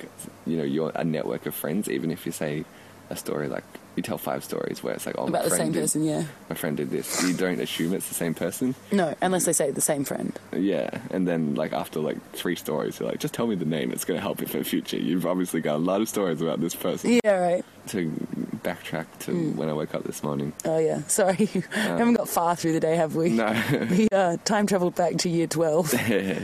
[SPEAKER 2] you know your a network of friends. Even if you say a story like you tell five stories where it's like, oh, my
[SPEAKER 3] About the
[SPEAKER 2] friend
[SPEAKER 3] same
[SPEAKER 2] did-
[SPEAKER 3] person, yeah.
[SPEAKER 2] My friend did this. You don't assume it's the same person.
[SPEAKER 3] No, unless they say the same friend.
[SPEAKER 2] Yeah, and then like after like three stories, you're like, just tell me the name. It's gonna help me for the future. You've obviously got a lot of stories about this person.
[SPEAKER 3] Yeah, Mm. right.
[SPEAKER 2] To backtrack to when I woke up this morning.
[SPEAKER 3] Oh, yeah. Sorry. we haven't got far through the day, have we?
[SPEAKER 2] No,
[SPEAKER 3] We uh, time traveled back to year 12,
[SPEAKER 2] I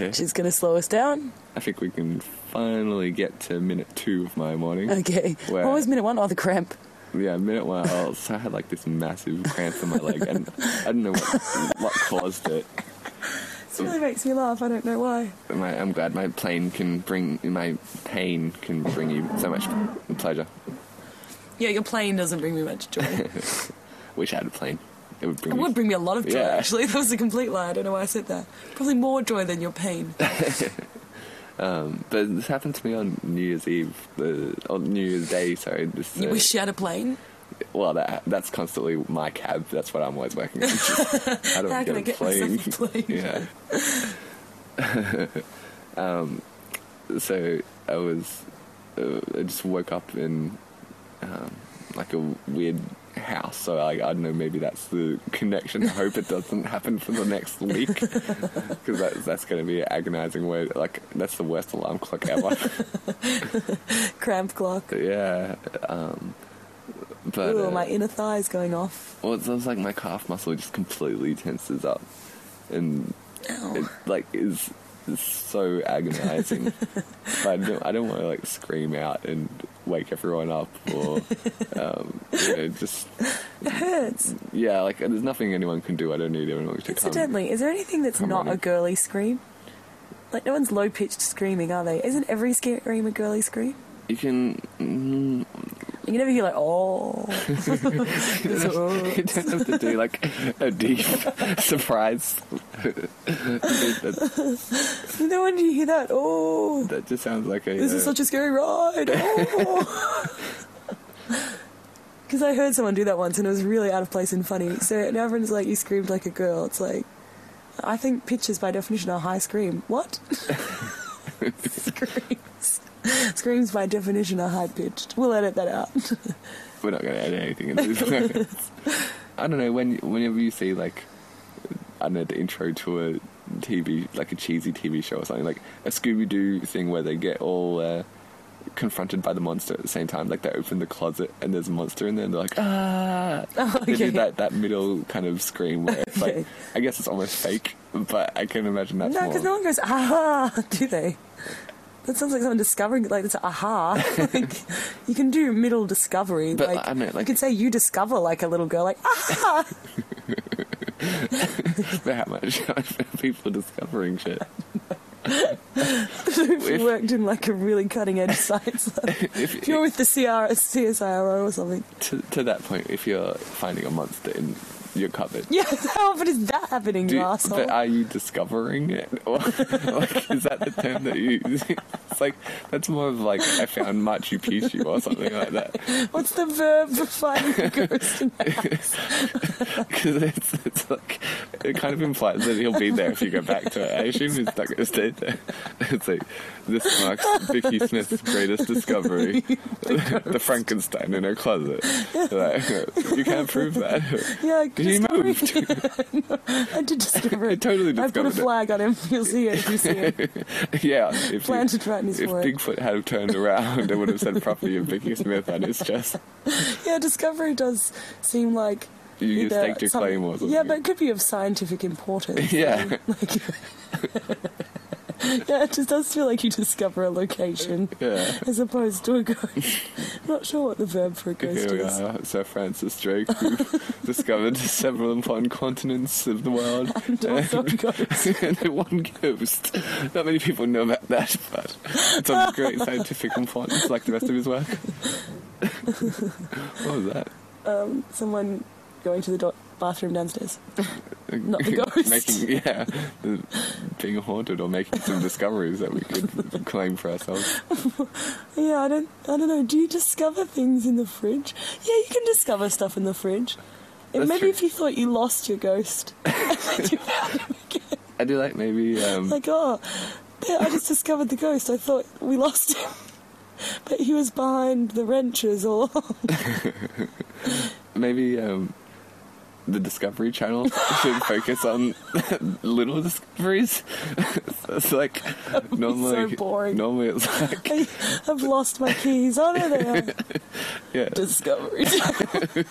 [SPEAKER 3] which is going to slow us down.
[SPEAKER 2] think we can finally get to minute two of my morning.
[SPEAKER 3] Okay.
[SPEAKER 2] Where-
[SPEAKER 3] What was minute one? Oh, the cramp.
[SPEAKER 2] Yeah, minute one. I was- I had like this massive cramp in my leg, and I don't know what, what caused it.
[SPEAKER 3] This really makes me laugh. I don't know why.
[SPEAKER 2] My, I'm glad my plane can bring my pain can bring you so much pleasure.
[SPEAKER 3] Yeah, your plane doesn't bring me much joy. it
[SPEAKER 2] Wish I had a plane. It would bring. me-
[SPEAKER 3] would bring me a lot of joy,
[SPEAKER 2] Yeah.
[SPEAKER 3] actually. That was a complete lie. I don't know why I said that. Probably more joy than your pain.
[SPEAKER 2] But this happened to me on New Year's Eve, the, on New Year's Day. Sorry, this.
[SPEAKER 3] You
[SPEAKER 2] uh,
[SPEAKER 3] wish you had a plane?
[SPEAKER 2] Well, that that's constantly my cab. That's what I'm always working on. How do
[SPEAKER 3] How
[SPEAKER 2] I get
[SPEAKER 3] can I
[SPEAKER 2] a
[SPEAKER 3] get
[SPEAKER 2] plane?
[SPEAKER 3] myself a plane?
[SPEAKER 2] yeah. um, so I was, uh, I just woke up in um, like a weird house. So like, I don't know. Maybe that's the connection. I hope it doesn't happen for the next week because that's that's going to be an agonizing way. Like that's the worst alarm clock ever.
[SPEAKER 3] Cramp clock.
[SPEAKER 2] yeah. Um, but
[SPEAKER 3] Ooh,
[SPEAKER 2] uh,
[SPEAKER 3] my inner thigh's going off.
[SPEAKER 2] Well, it sounds like my calf muscle just completely tenses up, and it like is, is so agonizing. but I don't, I don't want to like scream out and wake everyone up, or um, you know, just
[SPEAKER 3] It hurts.
[SPEAKER 2] yeah, like there's nothing anyone can do. I don't need anyone to come.
[SPEAKER 3] Incidentally, is there anything that's
[SPEAKER 2] come
[SPEAKER 3] not
[SPEAKER 2] on
[SPEAKER 3] a
[SPEAKER 2] in.
[SPEAKER 3] girly scream? Like, no one's low pitched screaming, are they? Isn't every scream a girly scream?
[SPEAKER 2] You can. Mm,
[SPEAKER 3] You can never hear, like, oh. It's, "Oh."
[SPEAKER 2] you don't have to do like a deep surprise. that,
[SPEAKER 3] no one did you hear that. Oh.
[SPEAKER 2] that just sounds like a.
[SPEAKER 3] This is
[SPEAKER 2] uh,
[SPEAKER 3] such a scary ride. Because I heard someone do that once and it was really out of place and funny. So now everyone's like, you screamed like a girl. It's like, I think pitches by definition are high scream. What? screams. Screams by definition are high pitched. We'll edit that out.
[SPEAKER 2] We're not going to add anything in this. I don't know. When whenever you see like, I don't know the intro to a TV like a cheesy TV show or something like a Scooby Doo thing where they get all uh, confronted by the monster at the same time. Like they open the closet and there's a monster in there and they're like ah. They do
[SPEAKER 3] yeah, yeah.
[SPEAKER 2] that that middle kind of scream where it's
[SPEAKER 3] Okay.
[SPEAKER 2] like I guess it's almost fake, but I can imagine that's
[SPEAKER 3] No,
[SPEAKER 2] more.
[SPEAKER 3] because no one goes, aha, do they? That sounds like someone discovering, like, it's aha. like, you can do middle discovery.
[SPEAKER 2] But,
[SPEAKER 3] like,
[SPEAKER 2] I mean, like-
[SPEAKER 3] you could say you discover, like, a little girl, like, aha.
[SPEAKER 2] But how much people are discovering shit?
[SPEAKER 3] if you worked in, like, a really cutting edge science lab.
[SPEAKER 2] If-
[SPEAKER 3] If you're with the CR, CSIRO or something.
[SPEAKER 2] to, to that point, if you're finding a monster in your cupboard,
[SPEAKER 3] Yeah, how often is that happening,
[SPEAKER 2] do
[SPEAKER 3] you
[SPEAKER 2] you-
[SPEAKER 3] asshole?
[SPEAKER 2] but uh, are you discovering it, or like is that the term that you? It's like that's more of like I found Machu Picchu or something like that,
[SPEAKER 3] What's the verb for finding a ghost in the house?
[SPEAKER 2] because it's, it's like it kind of implies that he'll be there if you go back to it. I assume he's not going to stay there. It's like this marks Vicky Smith's greatest discovery, the Frankenstein in her closet. Like, you can't prove that.
[SPEAKER 3] Yeah,
[SPEAKER 2] He
[SPEAKER 3] discovery.
[SPEAKER 2] moved.
[SPEAKER 3] I did discover
[SPEAKER 2] I
[SPEAKER 3] it.
[SPEAKER 2] totally
[SPEAKER 3] I put
[SPEAKER 2] discovered
[SPEAKER 3] a
[SPEAKER 2] it.
[SPEAKER 3] flag on him. You'll see it if you see it.
[SPEAKER 2] Yeah, if you-
[SPEAKER 3] Planted right in his
[SPEAKER 2] if
[SPEAKER 3] forehead.
[SPEAKER 2] Bigfoot had have turned around, it would have said property of Vicky Smith on his chest.
[SPEAKER 3] Yeah, discovery does seem like.
[SPEAKER 2] You
[SPEAKER 3] either
[SPEAKER 2] just staked your
[SPEAKER 3] some-
[SPEAKER 2] claim or something.
[SPEAKER 3] Yeah, but it could be of scientific importance.
[SPEAKER 2] yeah,
[SPEAKER 3] yeah, it just does feel like you discover a location
[SPEAKER 2] yeah.
[SPEAKER 3] as opposed to a ghost. I'm not sure what the verb for a ghost
[SPEAKER 2] Here we
[SPEAKER 3] is.
[SPEAKER 2] are, Sir Francis Drake, who discovered several upon continents of the world.
[SPEAKER 3] And also a ghost.
[SPEAKER 2] and one ghost. Not many people know about that, but it's of great scientific importance, like the rest of his work. what was that?
[SPEAKER 3] um, Someone going to the do- bathroom downstairs. Not the ghost.
[SPEAKER 2] making yeah, the- being haunted or making some discoveries that we could claim for ourselves.
[SPEAKER 3] Yeah, I don't, I don't know. Do you discover things in the fridge? Yeah, you can discover stuff in the fridge. And
[SPEAKER 2] That's
[SPEAKER 3] maybe
[SPEAKER 2] true.
[SPEAKER 3] if you thought you lost your ghost,
[SPEAKER 2] I do like maybe um,
[SPEAKER 3] like, oh, there, I just discovered the ghost. I thought we lost him, but he was behind the wrenches all along.
[SPEAKER 2] maybe um, the Discovery Channel should focus on little discoveries. it's like normally
[SPEAKER 3] boring.
[SPEAKER 2] Normally it's like
[SPEAKER 3] I, I've lost my keys. Oh no, they are
[SPEAKER 2] yeah.
[SPEAKER 3] discovery.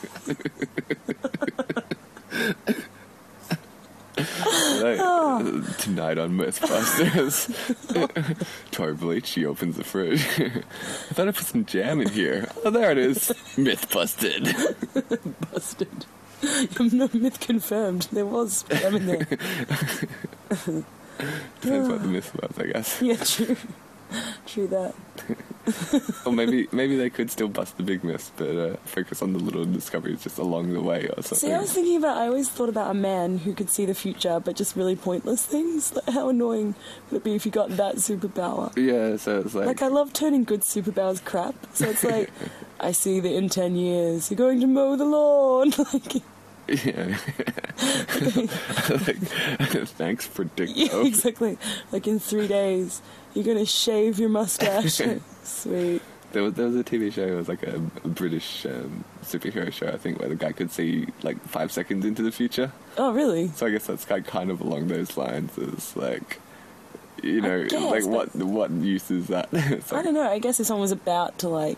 [SPEAKER 2] like,
[SPEAKER 3] Ah.
[SPEAKER 2] uh, Tonight on Mythbusters, Tori Bleach she opens the fridge. I thought I put some jam in here. Oh, there it is. Myth busted.
[SPEAKER 3] Busted. No myth confirmed. There was jam in there.
[SPEAKER 2] Depends what the myth was, I guess.
[SPEAKER 3] Yeah, true. True that.
[SPEAKER 2] Or maybe maybe they could still bust the big myth, but uh, focus on the little discoveries just along the way or something.
[SPEAKER 3] See, I was thinking about. I always thought about a man who could see the future, but just really pointless things. Like, how annoying would it be if you got that superpower?
[SPEAKER 2] yeah, so it's like,
[SPEAKER 3] Like, I love turning good superpowers crap. So it's like, I see that in ten years you're going to mow the lawn. like,
[SPEAKER 2] yeah, like thanks predicto.
[SPEAKER 3] yeah, exactly. Like in three days you're going to shave your mustache. Sweet.
[SPEAKER 2] There was, there was a TV show, it was like a British um, superhero show, I think, where the guy could see like five seconds into the future.
[SPEAKER 3] Oh, really?
[SPEAKER 2] So I guess that's kind kind of along those lines. It's like, you know,
[SPEAKER 3] guess,
[SPEAKER 2] like what
[SPEAKER 3] but-
[SPEAKER 2] what use is that? It's
[SPEAKER 3] I
[SPEAKER 2] like,
[SPEAKER 3] don't know. I guess if someone was about to like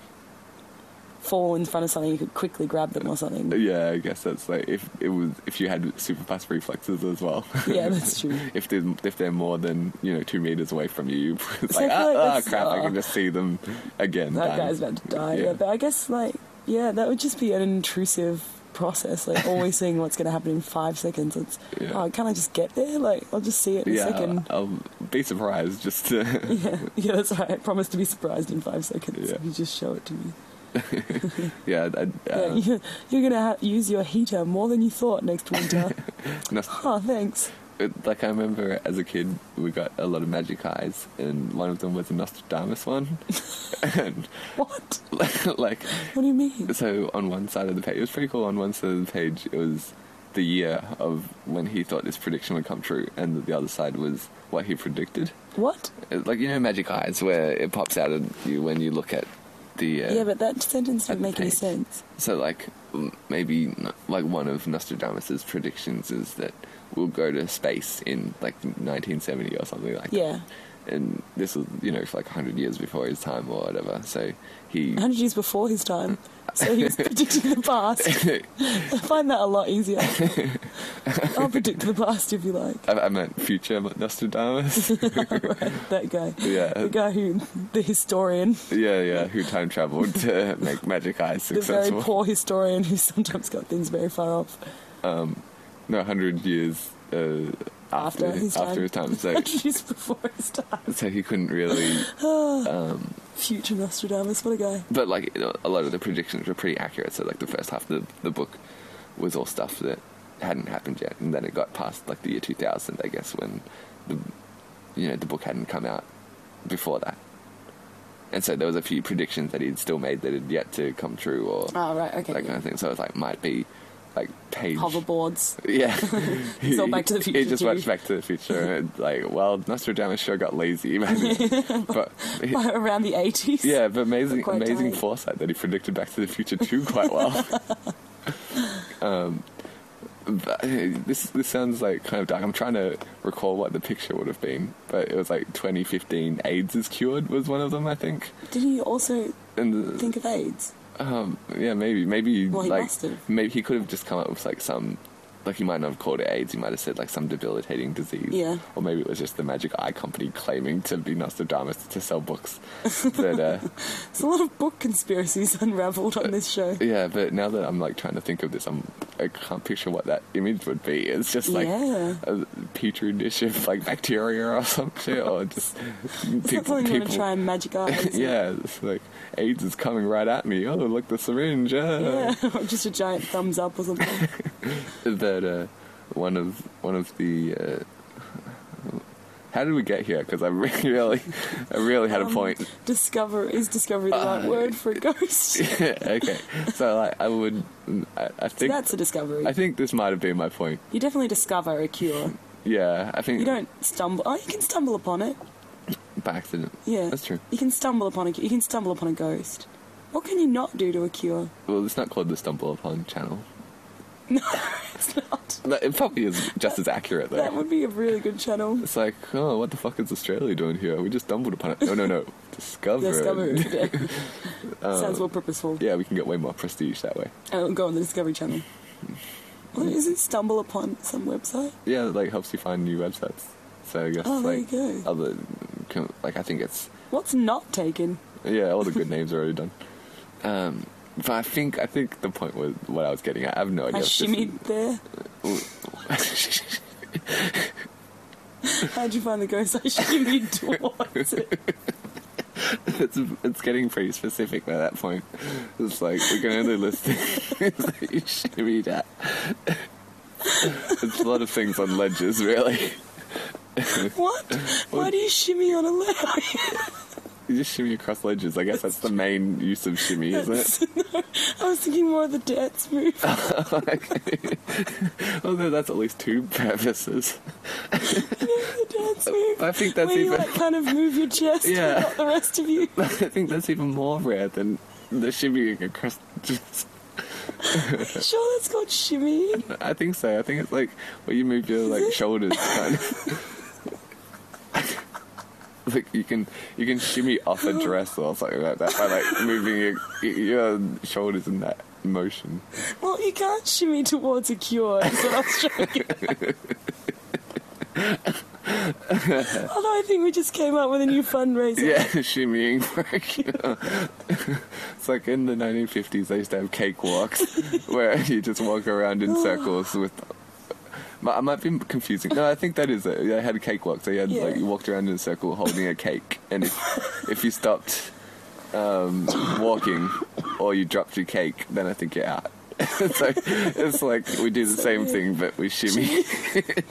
[SPEAKER 3] fall in front of something, you could quickly grab them or something.
[SPEAKER 2] yeah, I guess that's like if it was if you had super fast reflexes as well.
[SPEAKER 3] Yeah, that's true.
[SPEAKER 2] if they're if they're more than you know two meters away from you, it's
[SPEAKER 3] So I
[SPEAKER 2] like ah,
[SPEAKER 3] feel like
[SPEAKER 2] ah,
[SPEAKER 3] that's-
[SPEAKER 2] crap! I
[SPEAKER 3] oh.
[SPEAKER 2] can just see them again.
[SPEAKER 3] That
[SPEAKER 2] done.
[SPEAKER 3] guy's about to die. Yeah.
[SPEAKER 2] Yeah.
[SPEAKER 3] but I guess like yeah, that would just be an intrusive process. Like always seeing what's going to happen in five seconds. It's
[SPEAKER 2] Yeah.
[SPEAKER 3] oh, can I just get there? Like I'll just see it in
[SPEAKER 2] yeah,
[SPEAKER 3] a second.
[SPEAKER 2] I'll, I'll be surprised. Just to,
[SPEAKER 3] Yeah, yeah, that's right. I promise to be surprised in five seconds.
[SPEAKER 2] Yeah.
[SPEAKER 3] You just show it to me.
[SPEAKER 2] yeah, I,
[SPEAKER 3] Yeah,
[SPEAKER 2] uh,
[SPEAKER 3] you- you're gonna ha- use your heater more than you thought next winter.
[SPEAKER 2] nothing-
[SPEAKER 3] oh, thanks.
[SPEAKER 2] It- like I remember as a kid, we got a lot of magic eyes, and one of them was a Nostradamus one. and
[SPEAKER 3] What?
[SPEAKER 2] like,
[SPEAKER 3] What do you mean?
[SPEAKER 2] so on one side of the page, it was pretty cool. On one side of the page, it was the year of when he thought this prediction would come true, and the other side was what he predicted.
[SPEAKER 3] What?
[SPEAKER 2] It- like you know, magic eyes, where it pops out of you when you look at the. Uh,
[SPEAKER 3] Yeah, but that sentence
[SPEAKER 2] At
[SPEAKER 3] didn't
[SPEAKER 2] the
[SPEAKER 3] make any
[SPEAKER 2] page.
[SPEAKER 3] sense.
[SPEAKER 2] So, like, m- maybe n- like one of Nostradamus's predictions is that we'll go to space in like 1970 or something like
[SPEAKER 3] Yeah.
[SPEAKER 2] that. And this was, you know, like 100 years before his time or whatever. So he.
[SPEAKER 3] 100 years before his time. So he was predicting the past. I find that a lot easier. I'll predict the past if you like.
[SPEAKER 2] I, I meant future Nostradamus.
[SPEAKER 3] That guy.
[SPEAKER 2] yeah.
[SPEAKER 3] The guy who, the historian,
[SPEAKER 2] Yeah, yeah, who time traveled to make magic eyes
[SPEAKER 3] the very
[SPEAKER 2] successful.
[SPEAKER 3] poor historian who sometimes got things very far off.
[SPEAKER 2] no, 100 years uh, after,
[SPEAKER 3] After his
[SPEAKER 2] after his time. So,
[SPEAKER 3] 100 years before his time.
[SPEAKER 2] so he couldn't really.
[SPEAKER 3] Future Nostradamus, what a guy.
[SPEAKER 2] but like you know, a lot of the predictions were pretty accurate. So like the first half of the, the book was all stuff that hadn't happened yet, and then it got past like the year two thousand, I guess, when the you know the book hadn't come out before that, and so there was a few predictions that he'd still made that had yet to come true or
[SPEAKER 3] Oh, right, okay.
[SPEAKER 2] that kind of thing. So it's like might be like page.
[SPEAKER 3] Hoverboards.
[SPEAKER 2] Yeah,
[SPEAKER 3] It's all Back to the
[SPEAKER 2] He
[SPEAKER 3] Future
[SPEAKER 2] just
[SPEAKER 3] too.
[SPEAKER 2] watched Back to the Future, and it's like, well, Nostradamus sure got lazy, but
[SPEAKER 3] Around the 80s.
[SPEAKER 2] yeah, but amazing,
[SPEAKER 3] quite
[SPEAKER 2] amazing
[SPEAKER 3] tight.
[SPEAKER 2] foresight that he predicted Back to the Future too quite well. um, but, hey, this this sounds like kind of dark. I'm trying to recall what the picture would have been, but it was like 2015. AIDS is cured was one of them, I think.
[SPEAKER 3] Did he also
[SPEAKER 2] And
[SPEAKER 3] think of AIDS?
[SPEAKER 2] um, yeah, maybe maybe
[SPEAKER 3] Well, he
[SPEAKER 2] like
[SPEAKER 3] must have.
[SPEAKER 2] maybe he could have just come up with like some. Like he might not have called it AIDS, he might have said like some debilitating disease,
[SPEAKER 3] Yeah.
[SPEAKER 2] or maybe it was just the magic eye company claiming to be Nostradamus to sell books. But uh,
[SPEAKER 3] There's a lot of book conspiracies unraveled on this show.
[SPEAKER 2] Yeah, but now that I'm like trying to think of this, I'm I can't picture what that image would be. It's just like
[SPEAKER 3] Yeah.
[SPEAKER 2] a petri dish of like bacteria or something, or just
[SPEAKER 3] Is that something you want to try and magic eyes?
[SPEAKER 2] yeah, it's like AIDS is coming right at me. Oh, look the syringe.
[SPEAKER 3] Yeah,
[SPEAKER 2] ah.
[SPEAKER 3] or just a giant thumbs up or something.
[SPEAKER 2] That uh, one of one of the. Uh, how did we get here? Because I really, I really had a
[SPEAKER 3] Um,
[SPEAKER 2] point.
[SPEAKER 3] Discover is discovery the right
[SPEAKER 2] Uh,
[SPEAKER 3] word for a ghost?
[SPEAKER 2] okay, so like I would, I, I think
[SPEAKER 3] That's a discovery.
[SPEAKER 2] I think this might have been my point.
[SPEAKER 3] you definitely discover a cure.
[SPEAKER 2] Yeah, I think
[SPEAKER 3] You don't stumble. Oh, you can stumble upon it.
[SPEAKER 2] by accident.
[SPEAKER 3] Yeah,
[SPEAKER 2] That's true.
[SPEAKER 3] You can stumble upon a. You can stumble upon a ghost. What can you not do to a cure?
[SPEAKER 2] Well, it's not called the Stumble Upon channel.
[SPEAKER 3] It's not.
[SPEAKER 2] But It probably is just as accurate though.
[SPEAKER 3] That would be a really good channel.
[SPEAKER 2] it's like, oh, what the fuck is Australia doing here? We just stumbled upon it. No, no, no. Discovered.
[SPEAKER 3] Discovery. Yeah. Sounds more purposeful.
[SPEAKER 2] Um, Yeah, we can get way more prestige that way.
[SPEAKER 3] And it'll go on the Discovery Channel. Well, isn't stumble upon some website?
[SPEAKER 2] Yeah, it, like helps you find new websites. So I guess
[SPEAKER 3] Oh, there
[SPEAKER 2] like
[SPEAKER 3] you go.
[SPEAKER 2] other, com- like I think it's
[SPEAKER 3] What's not taken?
[SPEAKER 2] yeah, all the good names are already done. Um, but I think I think the point was what I was getting at. I have no idea.
[SPEAKER 3] I
[SPEAKER 2] if this is-
[SPEAKER 3] shimmied there. How'd you find the ghost I shimmied towards it?
[SPEAKER 2] It's it's getting pretty specific by that point. It's like we can only list things that you shimmied at. It's a lot of things on ledges, really.
[SPEAKER 3] What? Why do you shimmy on a leg?
[SPEAKER 2] You just shimmy across ledges. I guess that's the main use of shimmy, isn't it?
[SPEAKER 3] I was thinking more of the dance move.
[SPEAKER 2] Although that's at least two purposes.
[SPEAKER 3] The dance move.
[SPEAKER 2] I think that's
[SPEAKER 3] where you
[SPEAKER 2] even.
[SPEAKER 3] like kind of move your chest,
[SPEAKER 2] Yeah.
[SPEAKER 3] but not the rest of you.
[SPEAKER 2] I think that's even more rare than the shimmying across. Just,
[SPEAKER 3] Sure, that's called shimmy.
[SPEAKER 2] I think so. I think it's like where you move your like shoulders, kind of. like you can you can shimmy off a dress or something like that by like moving your your shoulders in that motion.
[SPEAKER 3] Well, you can't shimmy towards a cure. Is what I was trying to get at. Although I think we just came up with a new fundraiser.
[SPEAKER 2] Yeah, shimmying break. it's like in the 1950s, they used to have cakewalks where you just walk around in circles with. Mi- I might be confusing. No, I think that is it. Yeah, I had cakewalks. So you had
[SPEAKER 3] Yeah.
[SPEAKER 2] like you walked around in a circle holding a cake, and if, if you stopped um, walking or you dropped your cake, then I think you're out. so it's like we do the same thing, but we shimmy.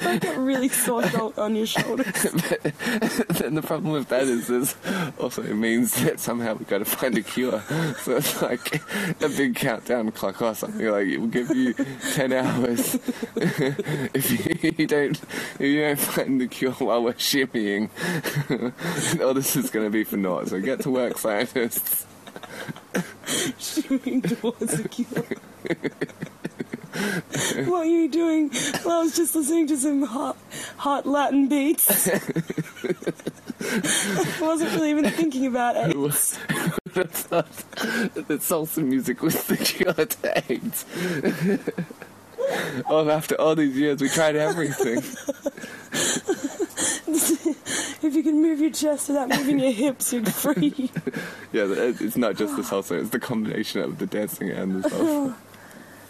[SPEAKER 3] I got really sore felt on your shoulders.
[SPEAKER 2] then the problem with that is this also means that somehow we've got to find a cure. So it's like a big countdown clock or something. Like it will give you ten hours if you don't if you don't find the cure while we're shimmying. all this is going to be for naught. So get to work, scientists.
[SPEAKER 3] shimmying towards a cure. what are you doing? Well, I was just listening to some hot, hot Latin beats. I wasn't really even thinking about it.
[SPEAKER 2] That's not, that salsa music was the cure to AIDS. oh, after all these years, we tried everything.
[SPEAKER 3] If you can move your chest without moving your hips, you're free.
[SPEAKER 2] Yeah, it- it's not just the salsa, it's the combination of the dancing and the salsa.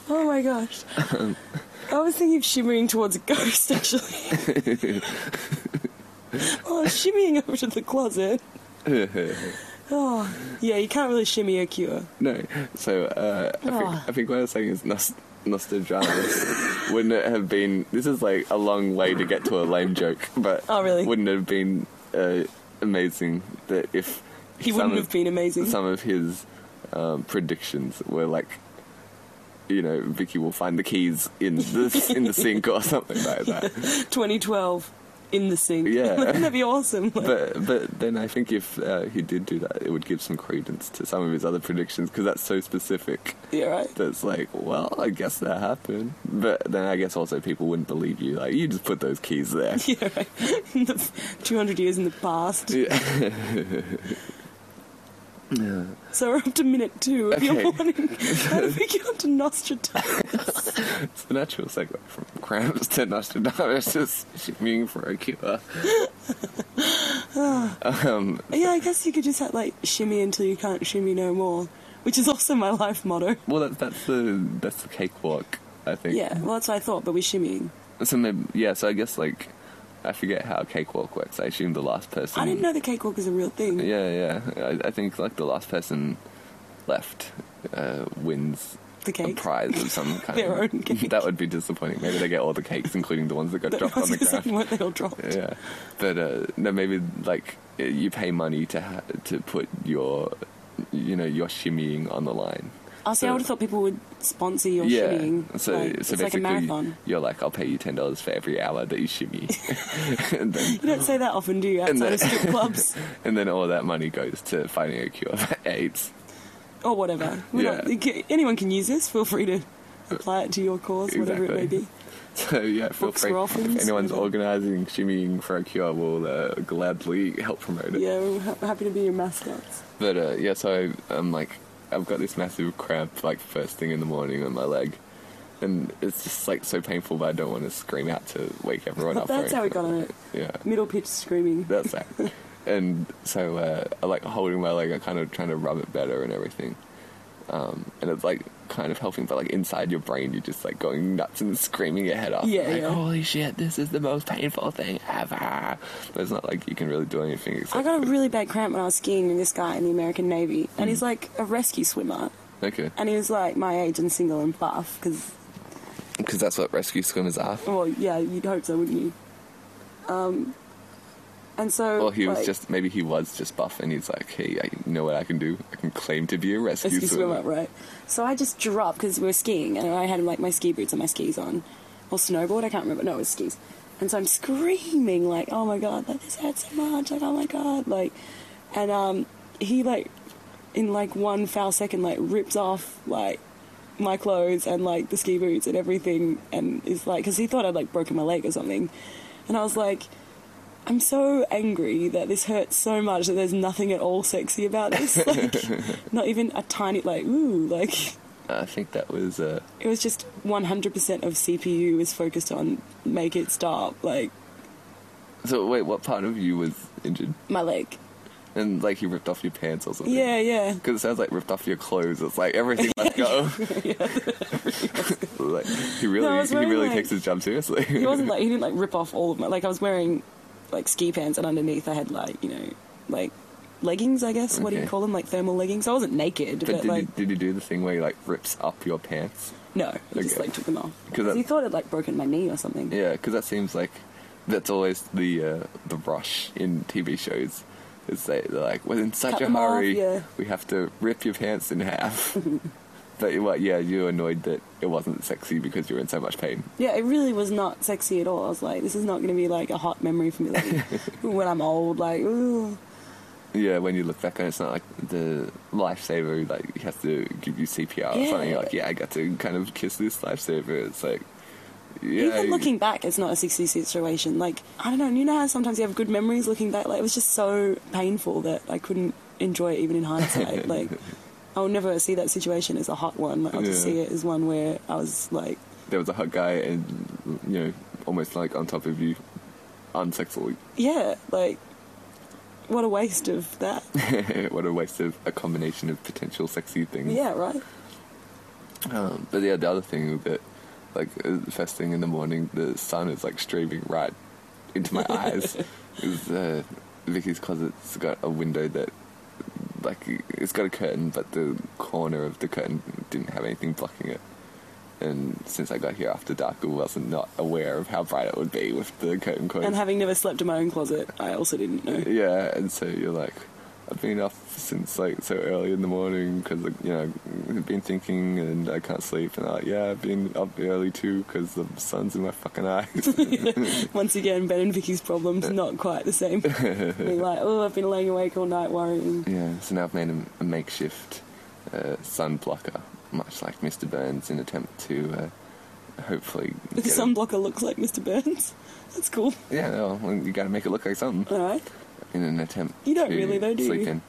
[SPEAKER 3] Oh my gosh. I was thinking of shimmering towards a ghost, actually. oh, shimmying over to the closet. Oh, yeah, you can't really shimmy a cure.
[SPEAKER 2] no, so uh, I,
[SPEAKER 3] Oh.
[SPEAKER 2] think, I think what I was saying is Nost- Nostradamus wouldn't it have been. This is like a long way to get to a lame joke, but
[SPEAKER 3] Oh, really?
[SPEAKER 2] wouldn't it have been uh, amazing that if
[SPEAKER 3] He
[SPEAKER 2] some
[SPEAKER 3] wouldn't
[SPEAKER 2] of-
[SPEAKER 3] have been amazing.
[SPEAKER 2] some of his um, predictions were like, you know, Vicky will find the keys in the in the sink or something like that.
[SPEAKER 3] 2012 in the sink.
[SPEAKER 2] Yeah.
[SPEAKER 3] Wouldn't that be awesome? Like,
[SPEAKER 2] But but then I think if uh, he did do that, it would give some credence to some of his other predictions because that's so specific.
[SPEAKER 3] yeah, right.
[SPEAKER 2] That's like, well, I guess that happened. But then I guess also people wouldn't believe you. Like, you just put those keys there.
[SPEAKER 3] Yeah, right. In the f- 200 years in the past. So we're up to minute two of your
[SPEAKER 2] Okay.
[SPEAKER 3] morning. How did we get on to Nostradamus?
[SPEAKER 2] It's the natural segue from cramps to Nostradamus is shimmying for a cure. um,
[SPEAKER 3] yeah, I guess you could just have, like shimmy until you can't shimmy no more, which is also my life motto.
[SPEAKER 2] well, that, that's the that's the cakewalk, I think.
[SPEAKER 3] Yeah, well, that's what I thought, but we're shimmying.
[SPEAKER 2] So maybe, yeah. So I guess like I forget how cakewalk works. I assume the last person.
[SPEAKER 3] I didn't know the cakewalk was a real thing.
[SPEAKER 2] Yeah, yeah. I, I think like the last person left uh, wins
[SPEAKER 3] The
[SPEAKER 2] a
[SPEAKER 3] cake.
[SPEAKER 2] prize of some kind.
[SPEAKER 3] Their own cake.
[SPEAKER 2] that would be disappointing. Maybe they get all the cakes, including the ones that got
[SPEAKER 3] That
[SPEAKER 2] dropped on the
[SPEAKER 3] was
[SPEAKER 2] ground.
[SPEAKER 3] what they all dropped.
[SPEAKER 2] Yeah, but uh, no, maybe like uh, you pay money to ha- to put your you know your shimmying on the line.
[SPEAKER 3] Oh, see, I
[SPEAKER 2] So-
[SPEAKER 3] would have thought people would sponsor your
[SPEAKER 2] yeah,
[SPEAKER 3] shimmying.
[SPEAKER 2] so
[SPEAKER 3] like,
[SPEAKER 2] so
[SPEAKER 3] it's like a
[SPEAKER 2] basically
[SPEAKER 3] marathon.
[SPEAKER 2] you're like, I'll pay you ten dollars for every hour that you shimmy, and then
[SPEAKER 3] You don't say that often, do you? Outside
[SPEAKER 2] the-
[SPEAKER 3] of strip clubs
[SPEAKER 2] and then all that money goes to finding a cure for AIDS.
[SPEAKER 3] or whatever. We're
[SPEAKER 2] Yeah.
[SPEAKER 3] not- you ca- anyone can use this. Feel free to apply it to your cause, whatever it may
[SPEAKER 2] Exactly.
[SPEAKER 3] be.
[SPEAKER 2] So yeah, feel
[SPEAKER 3] Books
[SPEAKER 2] free.
[SPEAKER 3] for orphans,
[SPEAKER 2] if anyone's
[SPEAKER 3] whatever.
[SPEAKER 2] organising shimmying for a cure, we'll uh, gladly help promote it.
[SPEAKER 3] Yeah, we're ha- happy to be your mascots.
[SPEAKER 2] But uh, yeah, so I, I'm like, I've got this massive cramp like first thing in the morning on my leg, and it's just like so painful. But I don't want to scream out to wake everyone up. or
[SPEAKER 3] That's how we got
[SPEAKER 2] anything.
[SPEAKER 3] on it.
[SPEAKER 2] Yeah,
[SPEAKER 3] Middle pitch screaming.
[SPEAKER 2] that's that. and so uh, I like holding my leg, I kind of trying to rub it better and everything. Um, and it's like kind of helping, but like inside your brain, you're just like going nuts and screaming your head off.
[SPEAKER 4] Yeah,
[SPEAKER 2] like,
[SPEAKER 4] yeah.
[SPEAKER 2] Holy shit, this is the most painful thing ever. But it's not like you can really do anything except.
[SPEAKER 3] I got a really bad cramp when I was skiing with this guy in the American Navy, and
[SPEAKER 2] Mm.
[SPEAKER 3] he's like a rescue swimmer,
[SPEAKER 2] okay.
[SPEAKER 3] and he was like my age and single and buff, because
[SPEAKER 2] Because that's what rescue swimmers are.
[SPEAKER 3] well, yeah, you'd hope so, wouldn't you? Um, and so
[SPEAKER 2] Well, he was
[SPEAKER 3] like,
[SPEAKER 2] just maybe he was just buff, and he's like, "Hey, I know what I can do. I can claim to be a rescue,
[SPEAKER 3] rescue swimmer,
[SPEAKER 2] swimmer."
[SPEAKER 3] right? So I just dropped because we were skiing, and I had like my ski boots and my skis on, or snowboard. I can't remember. No, it was skis. And so I'm screaming like, "Oh my god, like this hurts so much!" Like, "Oh my god!" Like, and um, he like, in like one foul second, like rips off like my clothes and like the ski boots and everything, and is like, because he thought I'd like broken my leg or something, and I was like. I'm so angry that this hurts so much that there's nothing at all sexy about this. Like, not even a tiny, like, ooh, like,
[SPEAKER 2] I think that was uh,
[SPEAKER 3] it was just 100% of CPU was focused on make it stop, like,
[SPEAKER 2] so. Wait, what part of you was injured?
[SPEAKER 3] my leg.
[SPEAKER 2] And like he ripped off your pants or something.
[SPEAKER 3] Yeah, yeah.
[SPEAKER 2] Because it sounds like ripped off your clothes. It's like everything must go. like he really,
[SPEAKER 3] No, I was
[SPEAKER 2] he
[SPEAKER 3] wearing,
[SPEAKER 2] really
[SPEAKER 3] like-
[SPEAKER 2] takes his job seriously.
[SPEAKER 3] He wasn't like, he didn't like rip off all of my, like, I was wearing like ski pants and underneath I had like, you know, like leggings, I guess. What do you
[SPEAKER 2] Okay.
[SPEAKER 3] call them? Like thermal leggings. I wasn't naked,
[SPEAKER 2] but
[SPEAKER 3] but
[SPEAKER 2] did,
[SPEAKER 3] like,
[SPEAKER 2] he, did he do the thing where he like rips up your pants?
[SPEAKER 3] no, I just
[SPEAKER 2] Okay.
[SPEAKER 3] like took them off.
[SPEAKER 2] 'Cause
[SPEAKER 3] Because he
[SPEAKER 2] that-
[SPEAKER 3] thought it like broken my knee or something.
[SPEAKER 2] Yeah, because that seems like that's always the uh, the rush in TV shows. Is they they're like we're in such
[SPEAKER 3] Cut
[SPEAKER 2] a
[SPEAKER 3] them off,
[SPEAKER 2] hurry,
[SPEAKER 3] yeah.
[SPEAKER 2] we have to rip your pants in half. but what? yeah, you're annoyed that it wasn't sexy because you're in so much pain.
[SPEAKER 3] Yeah, it really was not sexy at all. I was like, this is not going to be like a hot memory for me like, when I'm old. Like, ooh.
[SPEAKER 2] Yeah, when you look back on it, it's not like the lifesaver like has to give you CPR or something.
[SPEAKER 3] Yeah.
[SPEAKER 2] You're like, yeah, I got to kind of kiss this lifesaver. It's like, yeah,
[SPEAKER 3] Even looking back, it's not a sexy situation. Like, I don't know. You know how sometimes you have good memories looking back? Like, it was just so painful that I couldn't enjoy it even in hindsight. like, I'll never see that situation as a hot one. Like, I'll just
[SPEAKER 2] Yeah.
[SPEAKER 3] see it as one where I was like,
[SPEAKER 2] there was a hot guy and you know almost like on top of you, unsexually.
[SPEAKER 3] yeah, like, what a waste of that.
[SPEAKER 2] what a waste of a combination of potential sexy things.
[SPEAKER 3] yeah, right?
[SPEAKER 2] Um, but yeah, the other thing that, like, uh, the first thing in the morning, the sun is like streaming right into my eyes. Is uh, Vicky's closet's got a window that, like, it's got a curtain, but the corner of the curtain didn't have anything blocking it. And since I got here after dark, I wasn't not aware of how bright it would be with the curtain closed.
[SPEAKER 3] And having never slept in my own closet, I also didn't know.
[SPEAKER 2] Yeah, and so you're like, I've been up since like so early in the morning because like, you know I've been thinking and I can't sleep, and I'm like, yeah, I've been up early too because the sun's in my fucking eyes.
[SPEAKER 3] Once again, Ben and Vicky's problems not quite the same. Being like, oh, I've been laying awake all night worrying.
[SPEAKER 2] yeah, so now I've made a, a makeshift uh, sun blocker, much like Mr. Burns, in attempt to uh, hopefully.
[SPEAKER 3] The
[SPEAKER 2] get
[SPEAKER 3] sun blocker looks like Mr. Burns. That's cool.
[SPEAKER 2] it. Yeah, no, well, you got to make it look like something
[SPEAKER 3] All right.
[SPEAKER 2] in an attempt.
[SPEAKER 3] You don't
[SPEAKER 2] to
[SPEAKER 3] really though, do
[SPEAKER 2] sleep
[SPEAKER 3] you?
[SPEAKER 2] in.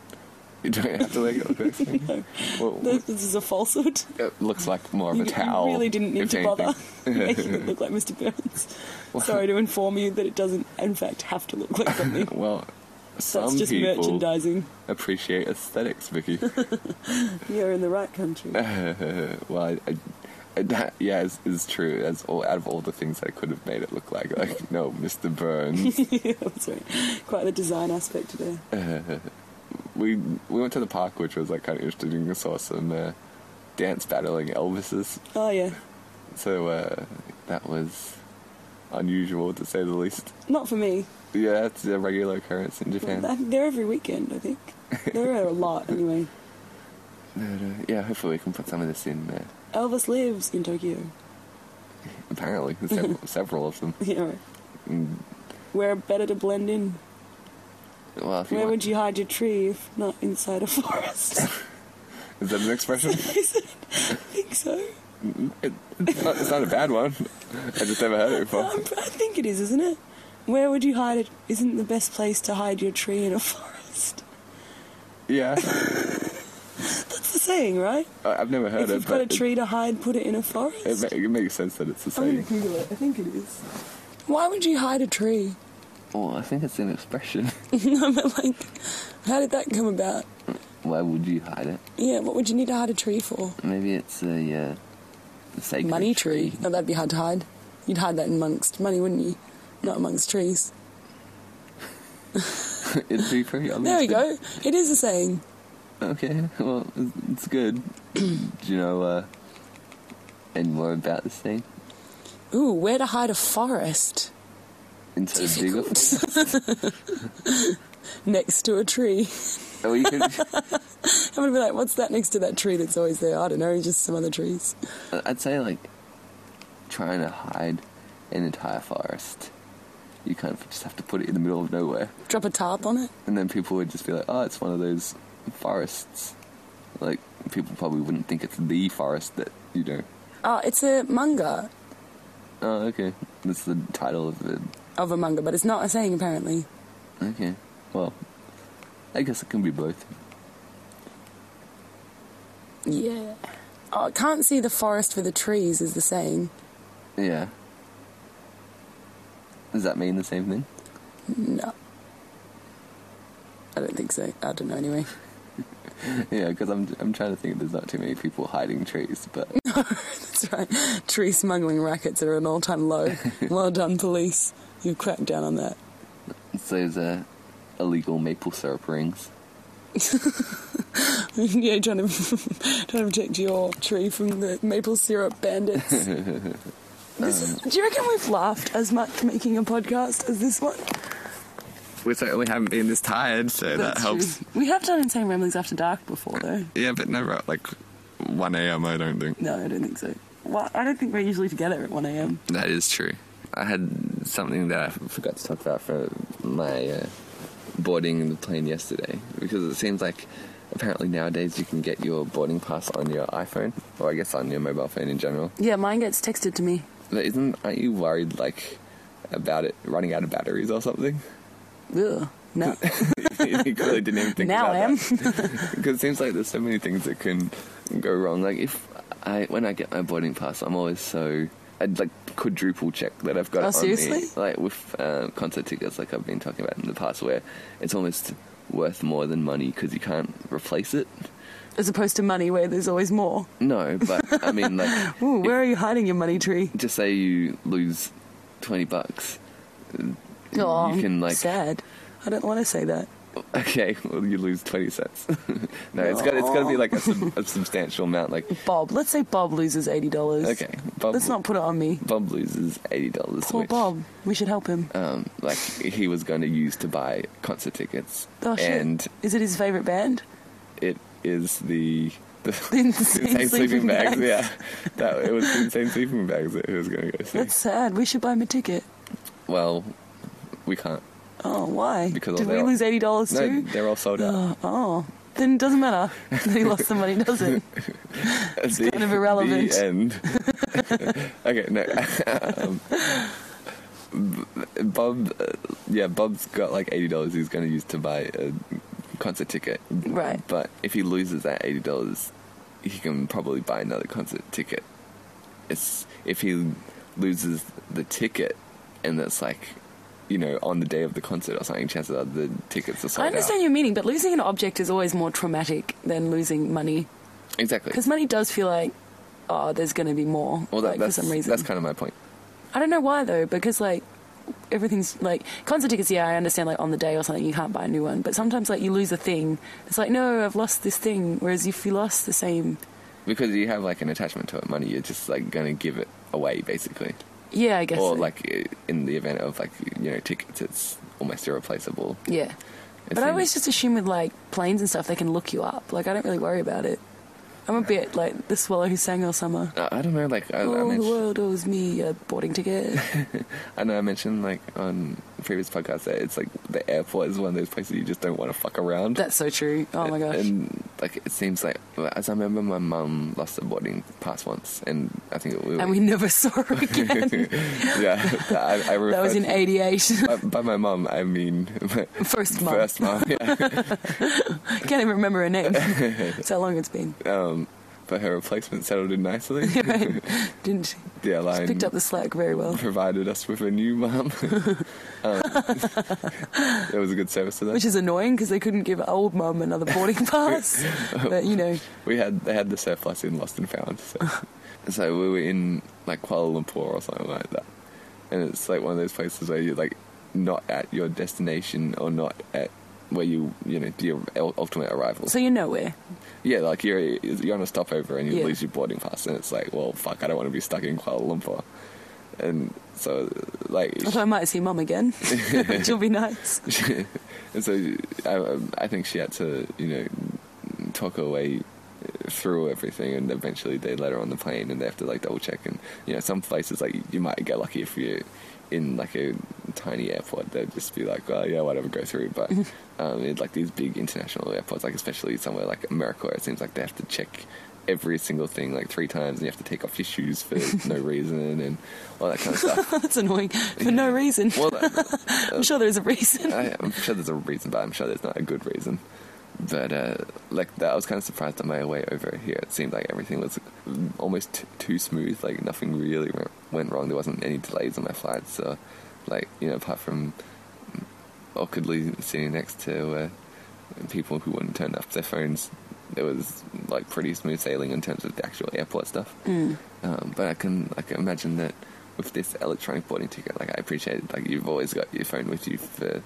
[SPEAKER 2] You don't have to make it look like something. Well,
[SPEAKER 3] This, this is a falsehood.
[SPEAKER 2] it looks like more of
[SPEAKER 3] You,
[SPEAKER 2] a
[SPEAKER 3] d- you
[SPEAKER 2] towel.
[SPEAKER 3] really didn't need
[SPEAKER 2] if
[SPEAKER 3] to bother
[SPEAKER 2] anything.
[SPEAKER 3] making it look like Mr. Burns. Sorry to inform you that it doesn't, in fact, have to look like something.
[SPEAKER 2] Well, some
[SPEAKER 3] That's just
[SPEAKER 2] people
[SPEAKER 3] merchandising.
[SPEAKER 2] appreciate aesthetics, Vicky.
[SPEAKER 3] You're in the right country.
[SPEAKER 2] well, I, I, I- that yeah is, is true. That's all out of all the things I could have made it look like. Like no, Mr. Burns.
[SPEAKER 3] yeah, that's right. Quite the design aspect today.
[SPEAKER 2] we we went to the park, which was like kind of interesting. We saw some uh, dance battling Elvises.
[SPEAKER 3] Oh, yeah.
[SPEAKER 2] So uh, that was unusual to say the least.
[SPEAKER 3] Not for me.
[SPEAKER 2] Yeah, that's a regular occurrence in Japan.
[SPEAKER 3] I think They're every weekend, I think. There are a lot, anyway.
[SPEAKER 2] But, uh, yeah, hopefully we can put some of this in uh, there.
[SPEAKER 3] Elvis lives in Tokyo.
[SPEAKER 2] Apparently, there's several, several of them.
[SPEAKER 3] You know,
[SPEAKER 2] Mm.
[SPEAKER 3] where better to blend in?
[SPEAKER 2] Well, if you
[SPEAKER 3] Where
[SPEAKER 2] want-
[SPEAKER 3] would you hide your tree if not inside a forest?
[SPEAKER 2] Is that an expression?
[SPEAKER 3] I think so.
[SPEAKER 2] It's not, it's not a bad one. I just never heard it before.
[SPEAKER 3] Um, I think it is, isn't it? Where would you hide it? Isn't the best place to hide your tree in a forest?
[SPEAKER 2] Yeah,
[SPEAKER 3] That's the saying, right?
[SPEAKER 2] I- I've never heard
[SPEAKER 3] if
[SPEAKER 2] it.
[SPEAKER 3] you've got a
[SPEAKER 2] but it-
[SPEAKER 3] tree to hide, put it in a forest.
[SPEAKER 2] It, ma- it makes sense that it's the
[SPEAKER 3] I'm gonna
[SPEAKER 2] same.
[SPEAKER 3] Google it. I think it is. Why would you hide a tree?
[SPEAKER 2] Oh, I think it's an expression.
[SPEAKER 3] no, but like, how did that come about?
[SPEAKER 2] Why would you hide it?
[SPEAKER 3] Yeah, what would you need to hide a tree for?
[SPEAKER 2] Maybe it's a, uh, a sacred
[SPEAKER 3] Money tree. Oh, that'd be hard to hide. You'd hide that amongst money, wouldn't you? Not amongst trees.
[SPEAKER 2] It'd be pretty obvious.
[SPEAKER 3] There we go. It is a saying.
[SPEAKER 2] Okay, well, it's- it's good. Do you know uh, any more about this thing?
[SPEAKER 3] Ooh, where to hide a forest?
[SPEAKER 2] Inside a digger?
[SPEAKER 3] Difficult. next to a tree.
[SPEAKER 2] Oh, you could,
[SPEAKER 3] I'm gonna be like, what's that next to that tree that's always there? I don't know, just some other trees.
[SPEAKER 2] I'd say, like, trying to hide an entire forest. You kind of just have to put it in the middle of nowhere.
[SPEAKER 3] Drop a tarp on it.
[SPEAKER 2] And then people would just be like, oh, it's one of those forests. Like, people probably wouldn't think it's the forest that, you know.
[SPEAKER 3] Oh, it's a manga
[SPEAKER 2] Oh, okay. That's the title of the.
[SPEAKER 3] of a manga, but it's not a saying apparently.
[SPEAKER 2] Okay. Well, I guess it can be both.
[SPEAKER 3] Yeah. Oh, I can't see the forest for the trees is the saying.
[SPEAKER 2] Yeah. Does that mean the same thing?
[SPEAKER 3] No. I don't think so. I don't know anyway.
[SPEAKER 2] Yeah, because I'm, I'm trying to think there's not too many people hiding trees, but
[SPEAKER 3] That's right. Tree smuggling rackets are at an all time low. well done, police. You've cracked down on that.
[SPEAKER 2] it's those uh, illegal maple syrup rings.
[SPEAKER 3] yeah, trying to trying to protect your tree from the maple syrup bandits. This is- do you reckon we've laughed as much making a podcast as this one?
[SPEAKER 2] We certainly haven't been this tired, so that helps.
[SPEAKER 3] We have done insane ramblings after dark before, though.
[SPEAKER 2] Yeah, but never at like 1 a.m., I don't think.
[SPEAKER 3] No, I don't think so. Well, I don't think we're usually together at one a.m.
[SPEAKER 2] That is true. I had something that I forgot to talk about for my uh, boarding the plane yesterday because it seems like apparently nowadays you can get your boarding pass on your iPhone or I guess on your mobile phone in general.
[SPEAKER 3] Yeah, mine gets texted to me.
[SPEAKER 2] But isn't aren't you worried like about it running out of batteries or something?
[SPEAKER 3] Ugh, no.
[SPEAKER 2] you clearly didn't even think
[SPEAKER 3] now I
[SPEAKER 2] about
[SPEAKER 3] am.
[SPEAKER 2] Because it seems like there's so many things that can go wrong. Like if I when I get my boarding pass, I'm always so I'd like quadruple check that I've got
[SPEAKER 3] Oh,
[SPEAKER 2] it on me.
[SPEAKER 3] seriously?
[SPEAKER 2] Like with uh, concert tickets, like I've been talking about in the past, where it's almost worth more than money because you can't replace it.
[SPEAKER 3] As opposed to money, where there's always more.
[SPEAKER 2] No, but I mean, like,
[SPEAKER 3] Ooh,
[SPEAKER 2] if-
[SPEAKER 3] where are you hiding your money tree?
[SPEAKER 2] just say you lose twenty bucks.
[SPEAKER 3] Aw,
[SPEAKER 2] you can like
[SPEAKER 3] Oh, sad. I don't want to say that.
[SPEAKER 2] okay, well you lose twenty cents. no, it's got it's got to be like a, sub, a substantial amount. Like
[SPEAKER 3] Bob. Let's say Bob loses eighty dollars.
[SPEAKER 2] okay, Bob,
[SPEAKER 3] Let's not put it on me.
[SPEAKER 2] Bob loses eighty dollars.
[SPEAKER 3] Poor Bob. We should help him.
[SPEAKER 2] um, like he was going to use to buy concert tickets,
[SPEAKER 3] Oh shit.
[SPEAKER 2] and
[SPEAKER 3] Is it his favorite band?
[SPEAKER 2] it is the the
[SPEAKER 3] Insane sleeping bags.
[SPEAKER 2] Yeah, that it was the insane sleeping bags that he was going to go see.
[SPEAKER 3] That's sad. We should buy him a ticket.
[SPEAKER 2] well, we can't.
[SPEAKER 3] Oh, why?
[SPEAKER 2] Because
[SPEAKER 3] Did
[SPEAKER 2] they
[SPEAKER 3] we
[SPEAKER 2] are-
[SPEAKER 3] lose eighty dollars
[SPEAKER 2] No,
[SPEAKER 3] too?
[SPEAKER 2] they're all sold out.
[SPEAKER 3] Oh, oh. then it doesn't matter that he lost the money, does it?
[SPEAKER 2] it's
[SPEAKER 3] kind of irrelevant.
[SPEAKER 2] The end. okay, no. um, B- Bob, uh, yeah, Bob's got like eighty dollars. He's going to use to buy a concert ticket.
[SPEAKER 3] Right.
[SPEAKER 2] But if he loses that eighty dollars, he can probably buy another concert ticket. It's if he loses the ticket, and that's like, you know, on the day of the concert or something. Chances are the tickets are sold
[SPEAKER 3] I understand
[SPEAKER 2] out.
[SPEAKER 3] your meaning, but losing an object is always more traumatic than losing money
[SPEAKER 2] Exactly.
[SPEAKER 3] because money does feel like. Oh, there's going to be more.
[SPEAKER 2] well, that,
[SPEAKER 3] like,
[SPEAKER 2] that's
[SPEAKER 3] for some reason.
[SPEAKER 2] that's kind of my point.
[SPEAKER 3] I don't know why though, because like everything's like concert tickets. Yeah, I understand like on the day or something you can't buy a new one, but sometimes like you lose a thing. It's like no, I've lost this thing. Whereas if you lost the same,
[SPEAKER 2] because you have like an attachment to it, money, you're just like going to give it away basically,
[SPEAKER 3] yeah, I guess.
[SPEAKER 2] or
[SPEAKER 3] so.
[SPEAKER 2] like in the event of like you know tickets, it's almost irreplaceable.
[SPEAKER 3] yeah. But I always just assume with like planes and stuff they can look you up. Like I don't really worry about it. I'm a bit like the swallow who sang all summer.
[SPEAKER 2] I don't know, like I, I,
[SPEAKER 3] Oh, the
[SPEAKER 2] mentioned,
[SPEAKER 3] world owes me a boarding ticket.
[SPEAKER 2] I know I mentioned like on previous podcasts that it's like the airport is one of those places you just don't want to fuck around.
[SPEAKER 3] That's so true. Oh my gosh.
[SPEAKER 2] And like it seems like, as I remember, my mum lost a boarding pass once, and I think it was.
[SPEAKER 3] and we never saw her again.
[SPEAKER 2] yeah, I, I
[SPEAKER 3] that was in
[SPEAKER 2] referred-
[SPEAKER 3] '88.
[SPEAKER 2] By, by my mum, I mean my
[SPEAKER 3] First month.
[SPEAKER 2] first mum. Yeah.
[SPEAKER 3] Can't even remember her name. That's how long it's been.
[SPEAKER 2] But her replacement settled in nicely.
[SPEAKER 3] Didn't she?
[SPEAKER 2] The
[SPEAKER 3] She
[SPEAKER 2] airline
[SPEAKER 3] picked up the slack very well.
[SPEAKER 2] provided us with a new mum. um, it was a good service to them.
[SPEAKER 3] Which is annoying because they couldn't give old mum another boarding pass. but you know,
[SPEAKER 2] We had they had the surplus in Lost and Found, so, so we were in like Kuala Lumpur or something like that, and it's like one of those places where you're like not at your destination or not at where you you know your ul- ultimate arrival.
[SPEAKER 3] so you're nowhere.
[SPEAKER 2] yeah, like you're you're on a stopover and you
[SPEAKER 3] Yeah.
[SPEAKER 2] lose your boarding pass, and it's like, well, fuck, I don't want to be stuck in Kuala Lumpur, and so like.
[SPEAKER 3] Although I might see mum again, which will be nice.
[SPEAKER 2] And so I, I think she had to, you know, talk her way through everything, and eventually they let her on the plane, and they have to like double check. And you know, some places like you might get lucky if you're in like a tiny airport, they'd just be like, "Well, yeah, whatever, go through." But um, in like these big international airports, like especially somewhere like America, where it seems like they have to check every single thing like three times, and you have to take off your shoes for no reason and all that kind of stuff.
[SPEAKER 3] That's annoying for no reason.
[SPEAKER 2] Well, that-
[SPEAKER 3] I'm sure there's a reason.
[SPEAKER 2] I, I'm sure there's a reason, but I'm sure there's not a good reason. But uh, like that, I was kind of surprised on my way over here. It seemed like everything was almost t- too smooth. Like nothing really went, went wrong. There wasn't any delays on my flight. So, like you know, apart from awkwardly sitting next to uh, people who wouldn't turn up their phones, it was like pretty smooth sailing in terms of the actual airport stuff.
[SPEAKER 3] Mm.
[SPEAKER 2] Um, but I can I can imagine that with this electronic boarding ticket, like I appreciate, like you've always got your phone with you for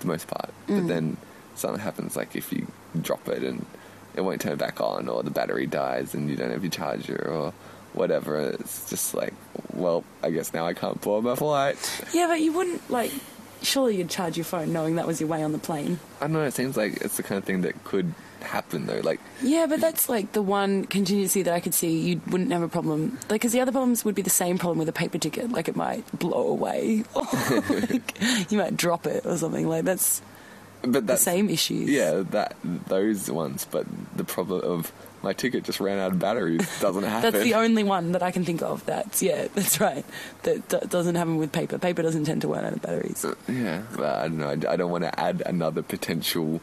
[SPEAKER 2] the most part.
[SPEAKER 3] Mm.
[SPEAKER 2] But then something happens, like if you drop it and it won't turn back on, or the battery dies and you don't have your charger, or whatever. It's just like, well, I guess now I can't board my flight.
[SPEAKER 3] Yeah, but you wouldn't like. Surely you'd charge your phone knowing that was your way on the plane.
[SPEAKER 2] I don't know. It seems like it's the kind of thing that could happen though. Like
[SPEAKER 3] Yeah, but that's like the one contingency that I could see you wouldn't have a problem. Like, because the other problems would be the same problem with a paper ticket. Like, it might blow away, or like, you might drop it or something. Like, that's
[SPEAKER 2] but
[SPEAKER 3] the
[SPEAKER 2] that's
[SPEAKER 3] same issues.
[SPEAKER 2] yeah that those ones but the problem of my ticket just ran out of batteries doesn't happen
[SPEAKER 3] That's the only one that I can think of. That's yeah, that's right. That d- doesn't happen with paper. Paper doesn't tend to run out of batteries.
[SPEAKER 2] yeah but i don't know I, I don't want to add another potential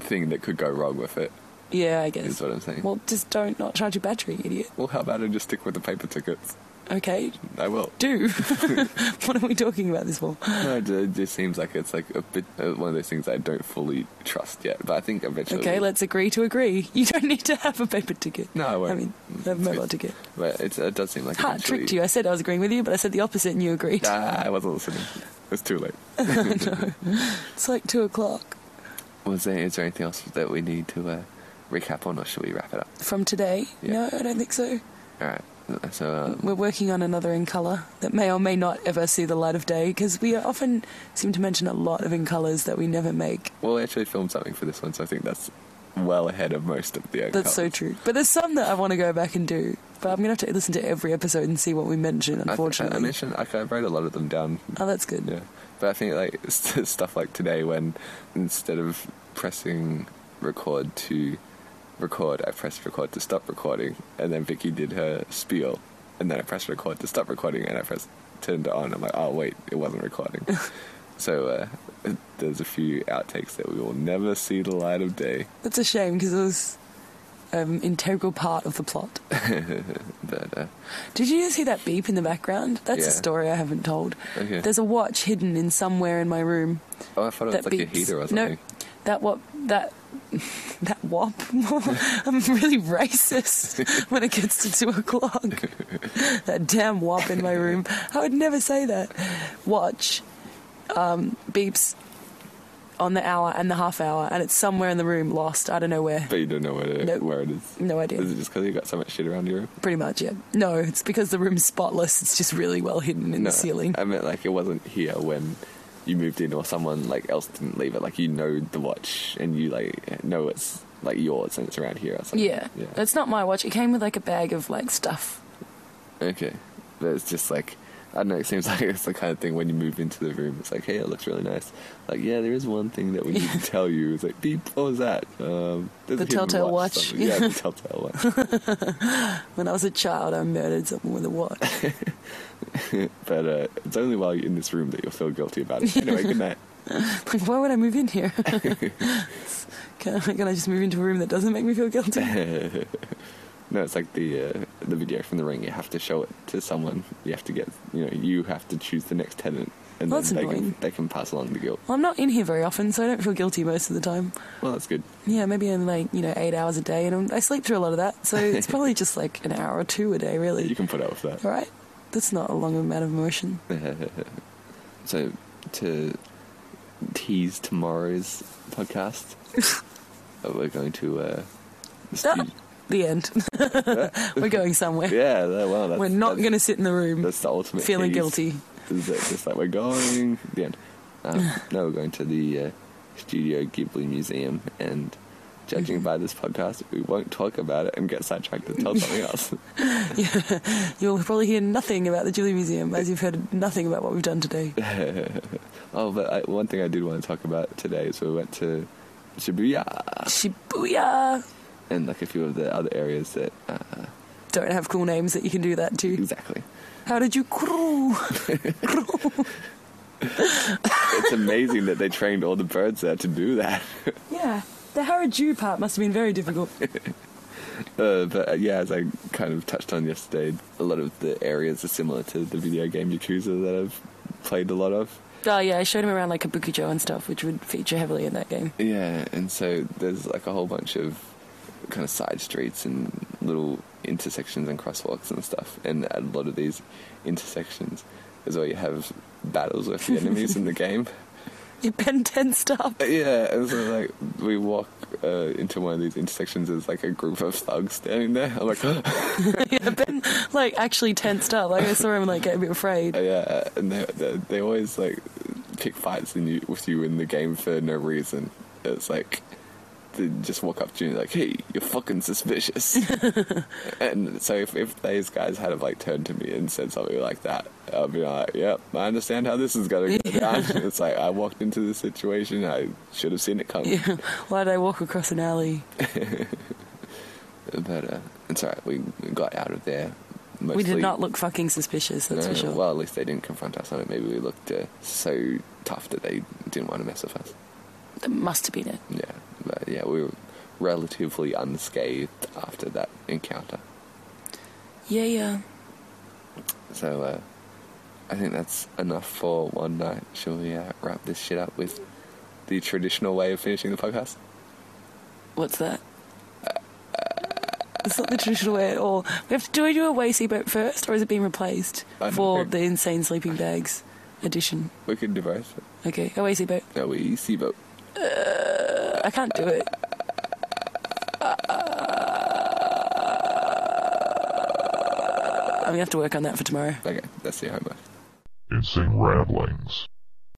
[SPEAKER 2] thing that could go wrong with it
[SPEAKER 3] Yeah, I guess.
[SPEAKER 2] Is what I'm saying.
[SPEAKER 3] Well, just don't not charge your battery, idiot.
[SPEAKER 2] well how about i just stick with the paper tickets
[SPEAKER 3] Okay,
[SPEAKER 2] i will
[SPEAKER 3] do. what are we talking about this for?
[SPEAKER 2] no, it ju- it just seems like it's like a bit uh, one of those things i don't fully trust yet but i think eventually
[SPEAKER 3] Okay, let's agree to agree. You don't need to have a paper ticket.
[SPEAKER 2] No, I won't.
[SPEAKER 3] I mean, a mobile ticket.
[SPEAKER 2] but it's, it does seem like
[SPEAKER 3] Ha,
[SPEAKER 2] eventually-
[SPEAKER 3] tricked you. I said I was agreeing with you, but I said the opposite and you agreed.
[SPEAKER 2] ah, i wasn't listening it's too late
[SPEAKER 3] It's like two o'clock
[SPEAKER 2] was there is there anything else that we need to uh, recap on or should we wrap it up
[SPEAKER 3] from today.
[SPEAKER 2] Yeah.
[SPEAKER 3] No, I don't think so.
[SPEAKER 2] all right so uh,
[SPEAKER 3] We're working on another in colour that may or may not ever see the light of day because we often seem to mention a lot of in colours that we never make.
[SPEAKER 2] Well, we actually filmed something for this one, so I think that's well ahead of most of the.
[SPEAKER 3] That's so true. But there's some that I want to go back and do. But I'm going to have to listen to every episode and see what we mention,
[SPEAKER 2] I, I, I
[SPEAKER 3] unfortunately.
[SPEAKER 2] mentioned like, I wrote a lot of them down.
[SPEAKER 3] oh, that's good.
[SPEAKER 2] Yeah, but I think like st- stuff like today, when instead of pressing record to record, I pressed record to stop recording, and then Vicky did her spiel, and then I pressed record to stop recording, and I pressed turned it on. I'm like, oh wait, it wasn't recording. so uh, there's a few outtakes that we will never see the light of day.
[SPEAKER 3] That's a shame because it was an integral part of the plot.
[SPEAKER 2] But uh,
[SPEAKER 3] Did you see that beep in the background? That's a
[SPEAKER 2] Yeah.
[SPEAKER 3] story I haven't told.
[SPEAKER 2] Okay.
[SPEAKER 3] There's a watch hidden in somewhere in my room.
[SPEAKER 2] oh, I thought it was
[SPEAKER 3] that
[SPEAKER 2] like
[SPEAKER 3] beeps.
[SPEAKER 2] a heater or
[SPEAKER 3] no,
[SPEAKER 2] something.
[SPEAKER 3] that what that that wop. I'm really racist when it gets to two o'clock. that damn wop in my room. I would never say that. Watch um, beeps on the hour and the half hour, and it's somewhere in the room, lost. I don't know where.
[SPEAKER 2] But you don't know where it,
[SPEAKER 3] Nope.
[SPEAKER 2] where it is.
[SPEAKER 3] No idea.
[SPEAKER 2] Is it just because you got so much shit around your room?
[SPEAKER 3] Pretty much, yeah. No, it's because the room's spotless. It's just really well hidden in the ceiling.
[SPEAKER 2] I meant like it wasn't here when you moved in, or someone like else didn't leave it. Like you know the watch, and you like know it's like yours, and it's around here or something.
[SPEAKER 3] yeah. it's not my watch. It came with like a bag of like stuff.
[SPEAKER 2] Okay. But it's just like I don't know. It seems like it's the kind of thing when you move into the room. It's like, hey, it looks really nice. Like, yeah, there is one thing that we need to tell you. It's like, beep. What was that? Um, there's
[SPEAKER 3] The
[SPEAKER 2] a hidden
[SPEAKER 3] telltale
[SPEAKER 2] watch
[SPEAKER 3] watch.
[SPEAKER 2] somewhere. Yeah, the telltale watch.
[SPEAKER 3] When I was a child, I murdered someone with a watch.
[SPEAKER 2] But uh, it's only while you're in this room that you'll feel guilty about it. Anyway, good night.
[SPEAKER 3] like, why would I move in here? can, I, can I just move into a room that doesn't make me feel guilty?
[SPEAKER 2] No, it's like the uh, the video from the ring. You have to show it to someone. You have to get you know you have to choose the next tenant, and
[SPEAKER 3] Well, that's
[SPEAKER 2] then they
[SPEAKER 3] annoying.
[SPEAKER 2] can they can pass along the guilt.
[SPEAKER 3] Well, I'm not in here very often, so I don't feel guilty most of the time.
[SPEAKER 2] Well, that's good.
[SPEAKER 3] Yeah, maybe in like, you know, eight hours a day, and i I sleep through a lot of that, so it's probably just like an hour or two a day, really.
[SPEAKER 2] You can put up with
[SPEAKER 3] All right? That's not a long amount of emotion.
[SPEAKER 2] that. so to tease tomorrow's podcast, uh, we're going to. Uh, stu-
[SPEAKER 3] Ah, The end. We're going somewhere.
[SPEAKER 2] yeah, that- well, that's,
[SPEAKER 3] We're not
[SPEAKER 2] that's-
[SPEAKER 3] going to sit in the room
[SPEAKER 2] That's the ultimate.
[SPEAKER 3] feeling
[SPEAKER 2] tease.
[SPEAKER 3] guilty.
[SPEAKER 2] Is it just like we're going the end? Um, no, we're going to the uh, Studio Ghibli Museum, and judging by this podcast, we won't talk about it and get sidetracked and tell something else.
[SPEAKER 3] You'll probably hear nothing about the Julie Museum, as you've heard nothing about what we've done today.
[SPEAKER 2] oh, but I, one thing I did want to talk about today is we went to Shibuya
[SPEAKER 3] Shibuya!
[SPEAKER 2] and like a few of the other areas that uh,
[SPEAKER 3] Don't have cool names that you can do that to.
[SPEAKER 2] exactly.
[SPEAKER 3] How did you crew?
[SPEAKER 2] It's amazing that they trained all the birds there to do that.
[SPEAKER 3] Yeah, the Harajuku part must have been very difficult.
[SPEAKER 2] Uh, but uh, yeah, as I kind of touched on yesterday, a lot of the areas are similar to the video game Yakuza that I've played a lot of.
[SPEAKER 3] Oh yeah, I showed him around like Kabukicho and stuff, which would feature heavily in that game.
[SPEAKER 2] Yeah, and so there's like a whole bunch of kind of side streets and little intersections and crosswalks and stuff. And at a lot of these intersections is where you have battles with the enemies in the game.
[SPEAKER 3] You Ben 10 stuff.
[SPEAKER 2] Yeah, and so like we walk uh, into one of these intersections, there's like a group of thugs standing there. I'm like,
[SPEAKER 3] yeah, Ben like actually tensed up. Like I saw him like get a bit afraid.
[SPEAKER 2] Oh, yeah, uh, and they, they they always like pick fights in you, with you in the game for no reason. It's like they just walk up to you and like, "Hey, you're fucking suspicious." and so if if these guys had have like turned to me and said something like that, I'd be like, "Yep, I understand how this is gonna go down." it's like I walked into this situation. I should have seen it coming.
[SPEAKER 3] Yeah. Why did I walk across an alley?
[SPEAKER 2] But uh, it's alright. We got out of there. Mostly,
[SPEAKER 3] We did not look fucking suspicious, that's
[SPEAKER 2] No,
[SPEAKER 3] for sure.
[SPEAKER 2] Well, at least they didn't confront us on it. Maybe we looked uh, so tough that they didn't want to mess with us.
[SPEAKER 3] That must have been it.
[SPEAKER 2] Yeah, but yeah, we were relatively unscathed after that encounter.
[SPEAKER 3] Yeah, yeah.
[SPEAKER 2] So uh, I think that's enough for one night. Shall we uh, wrap this shit up with the traditional way of finishing the podcast?
[SPEAKER 3] What's that? It's not the traditional way at all. We have to do we do a way seatbelt first, or is it being replaced
[SPEAKER 2] I don't
[SPEAKER 3] for
[SPEAKER 2] know.
[SPEAKER 3] the insane sleeping bags edition?
[SPEAKER 2] We could do both.
[SPEAKER 3] Okay, a way seatbelt.
[SPEAKER 2] No, we see boat.
[SPEAKER 3] I can't do it. Uh, I'm gonna have to work on that for tomorrow.
[SPEAKER 2] Okay, that's the homework.
[SPEAKER 5] Insane Ramblings.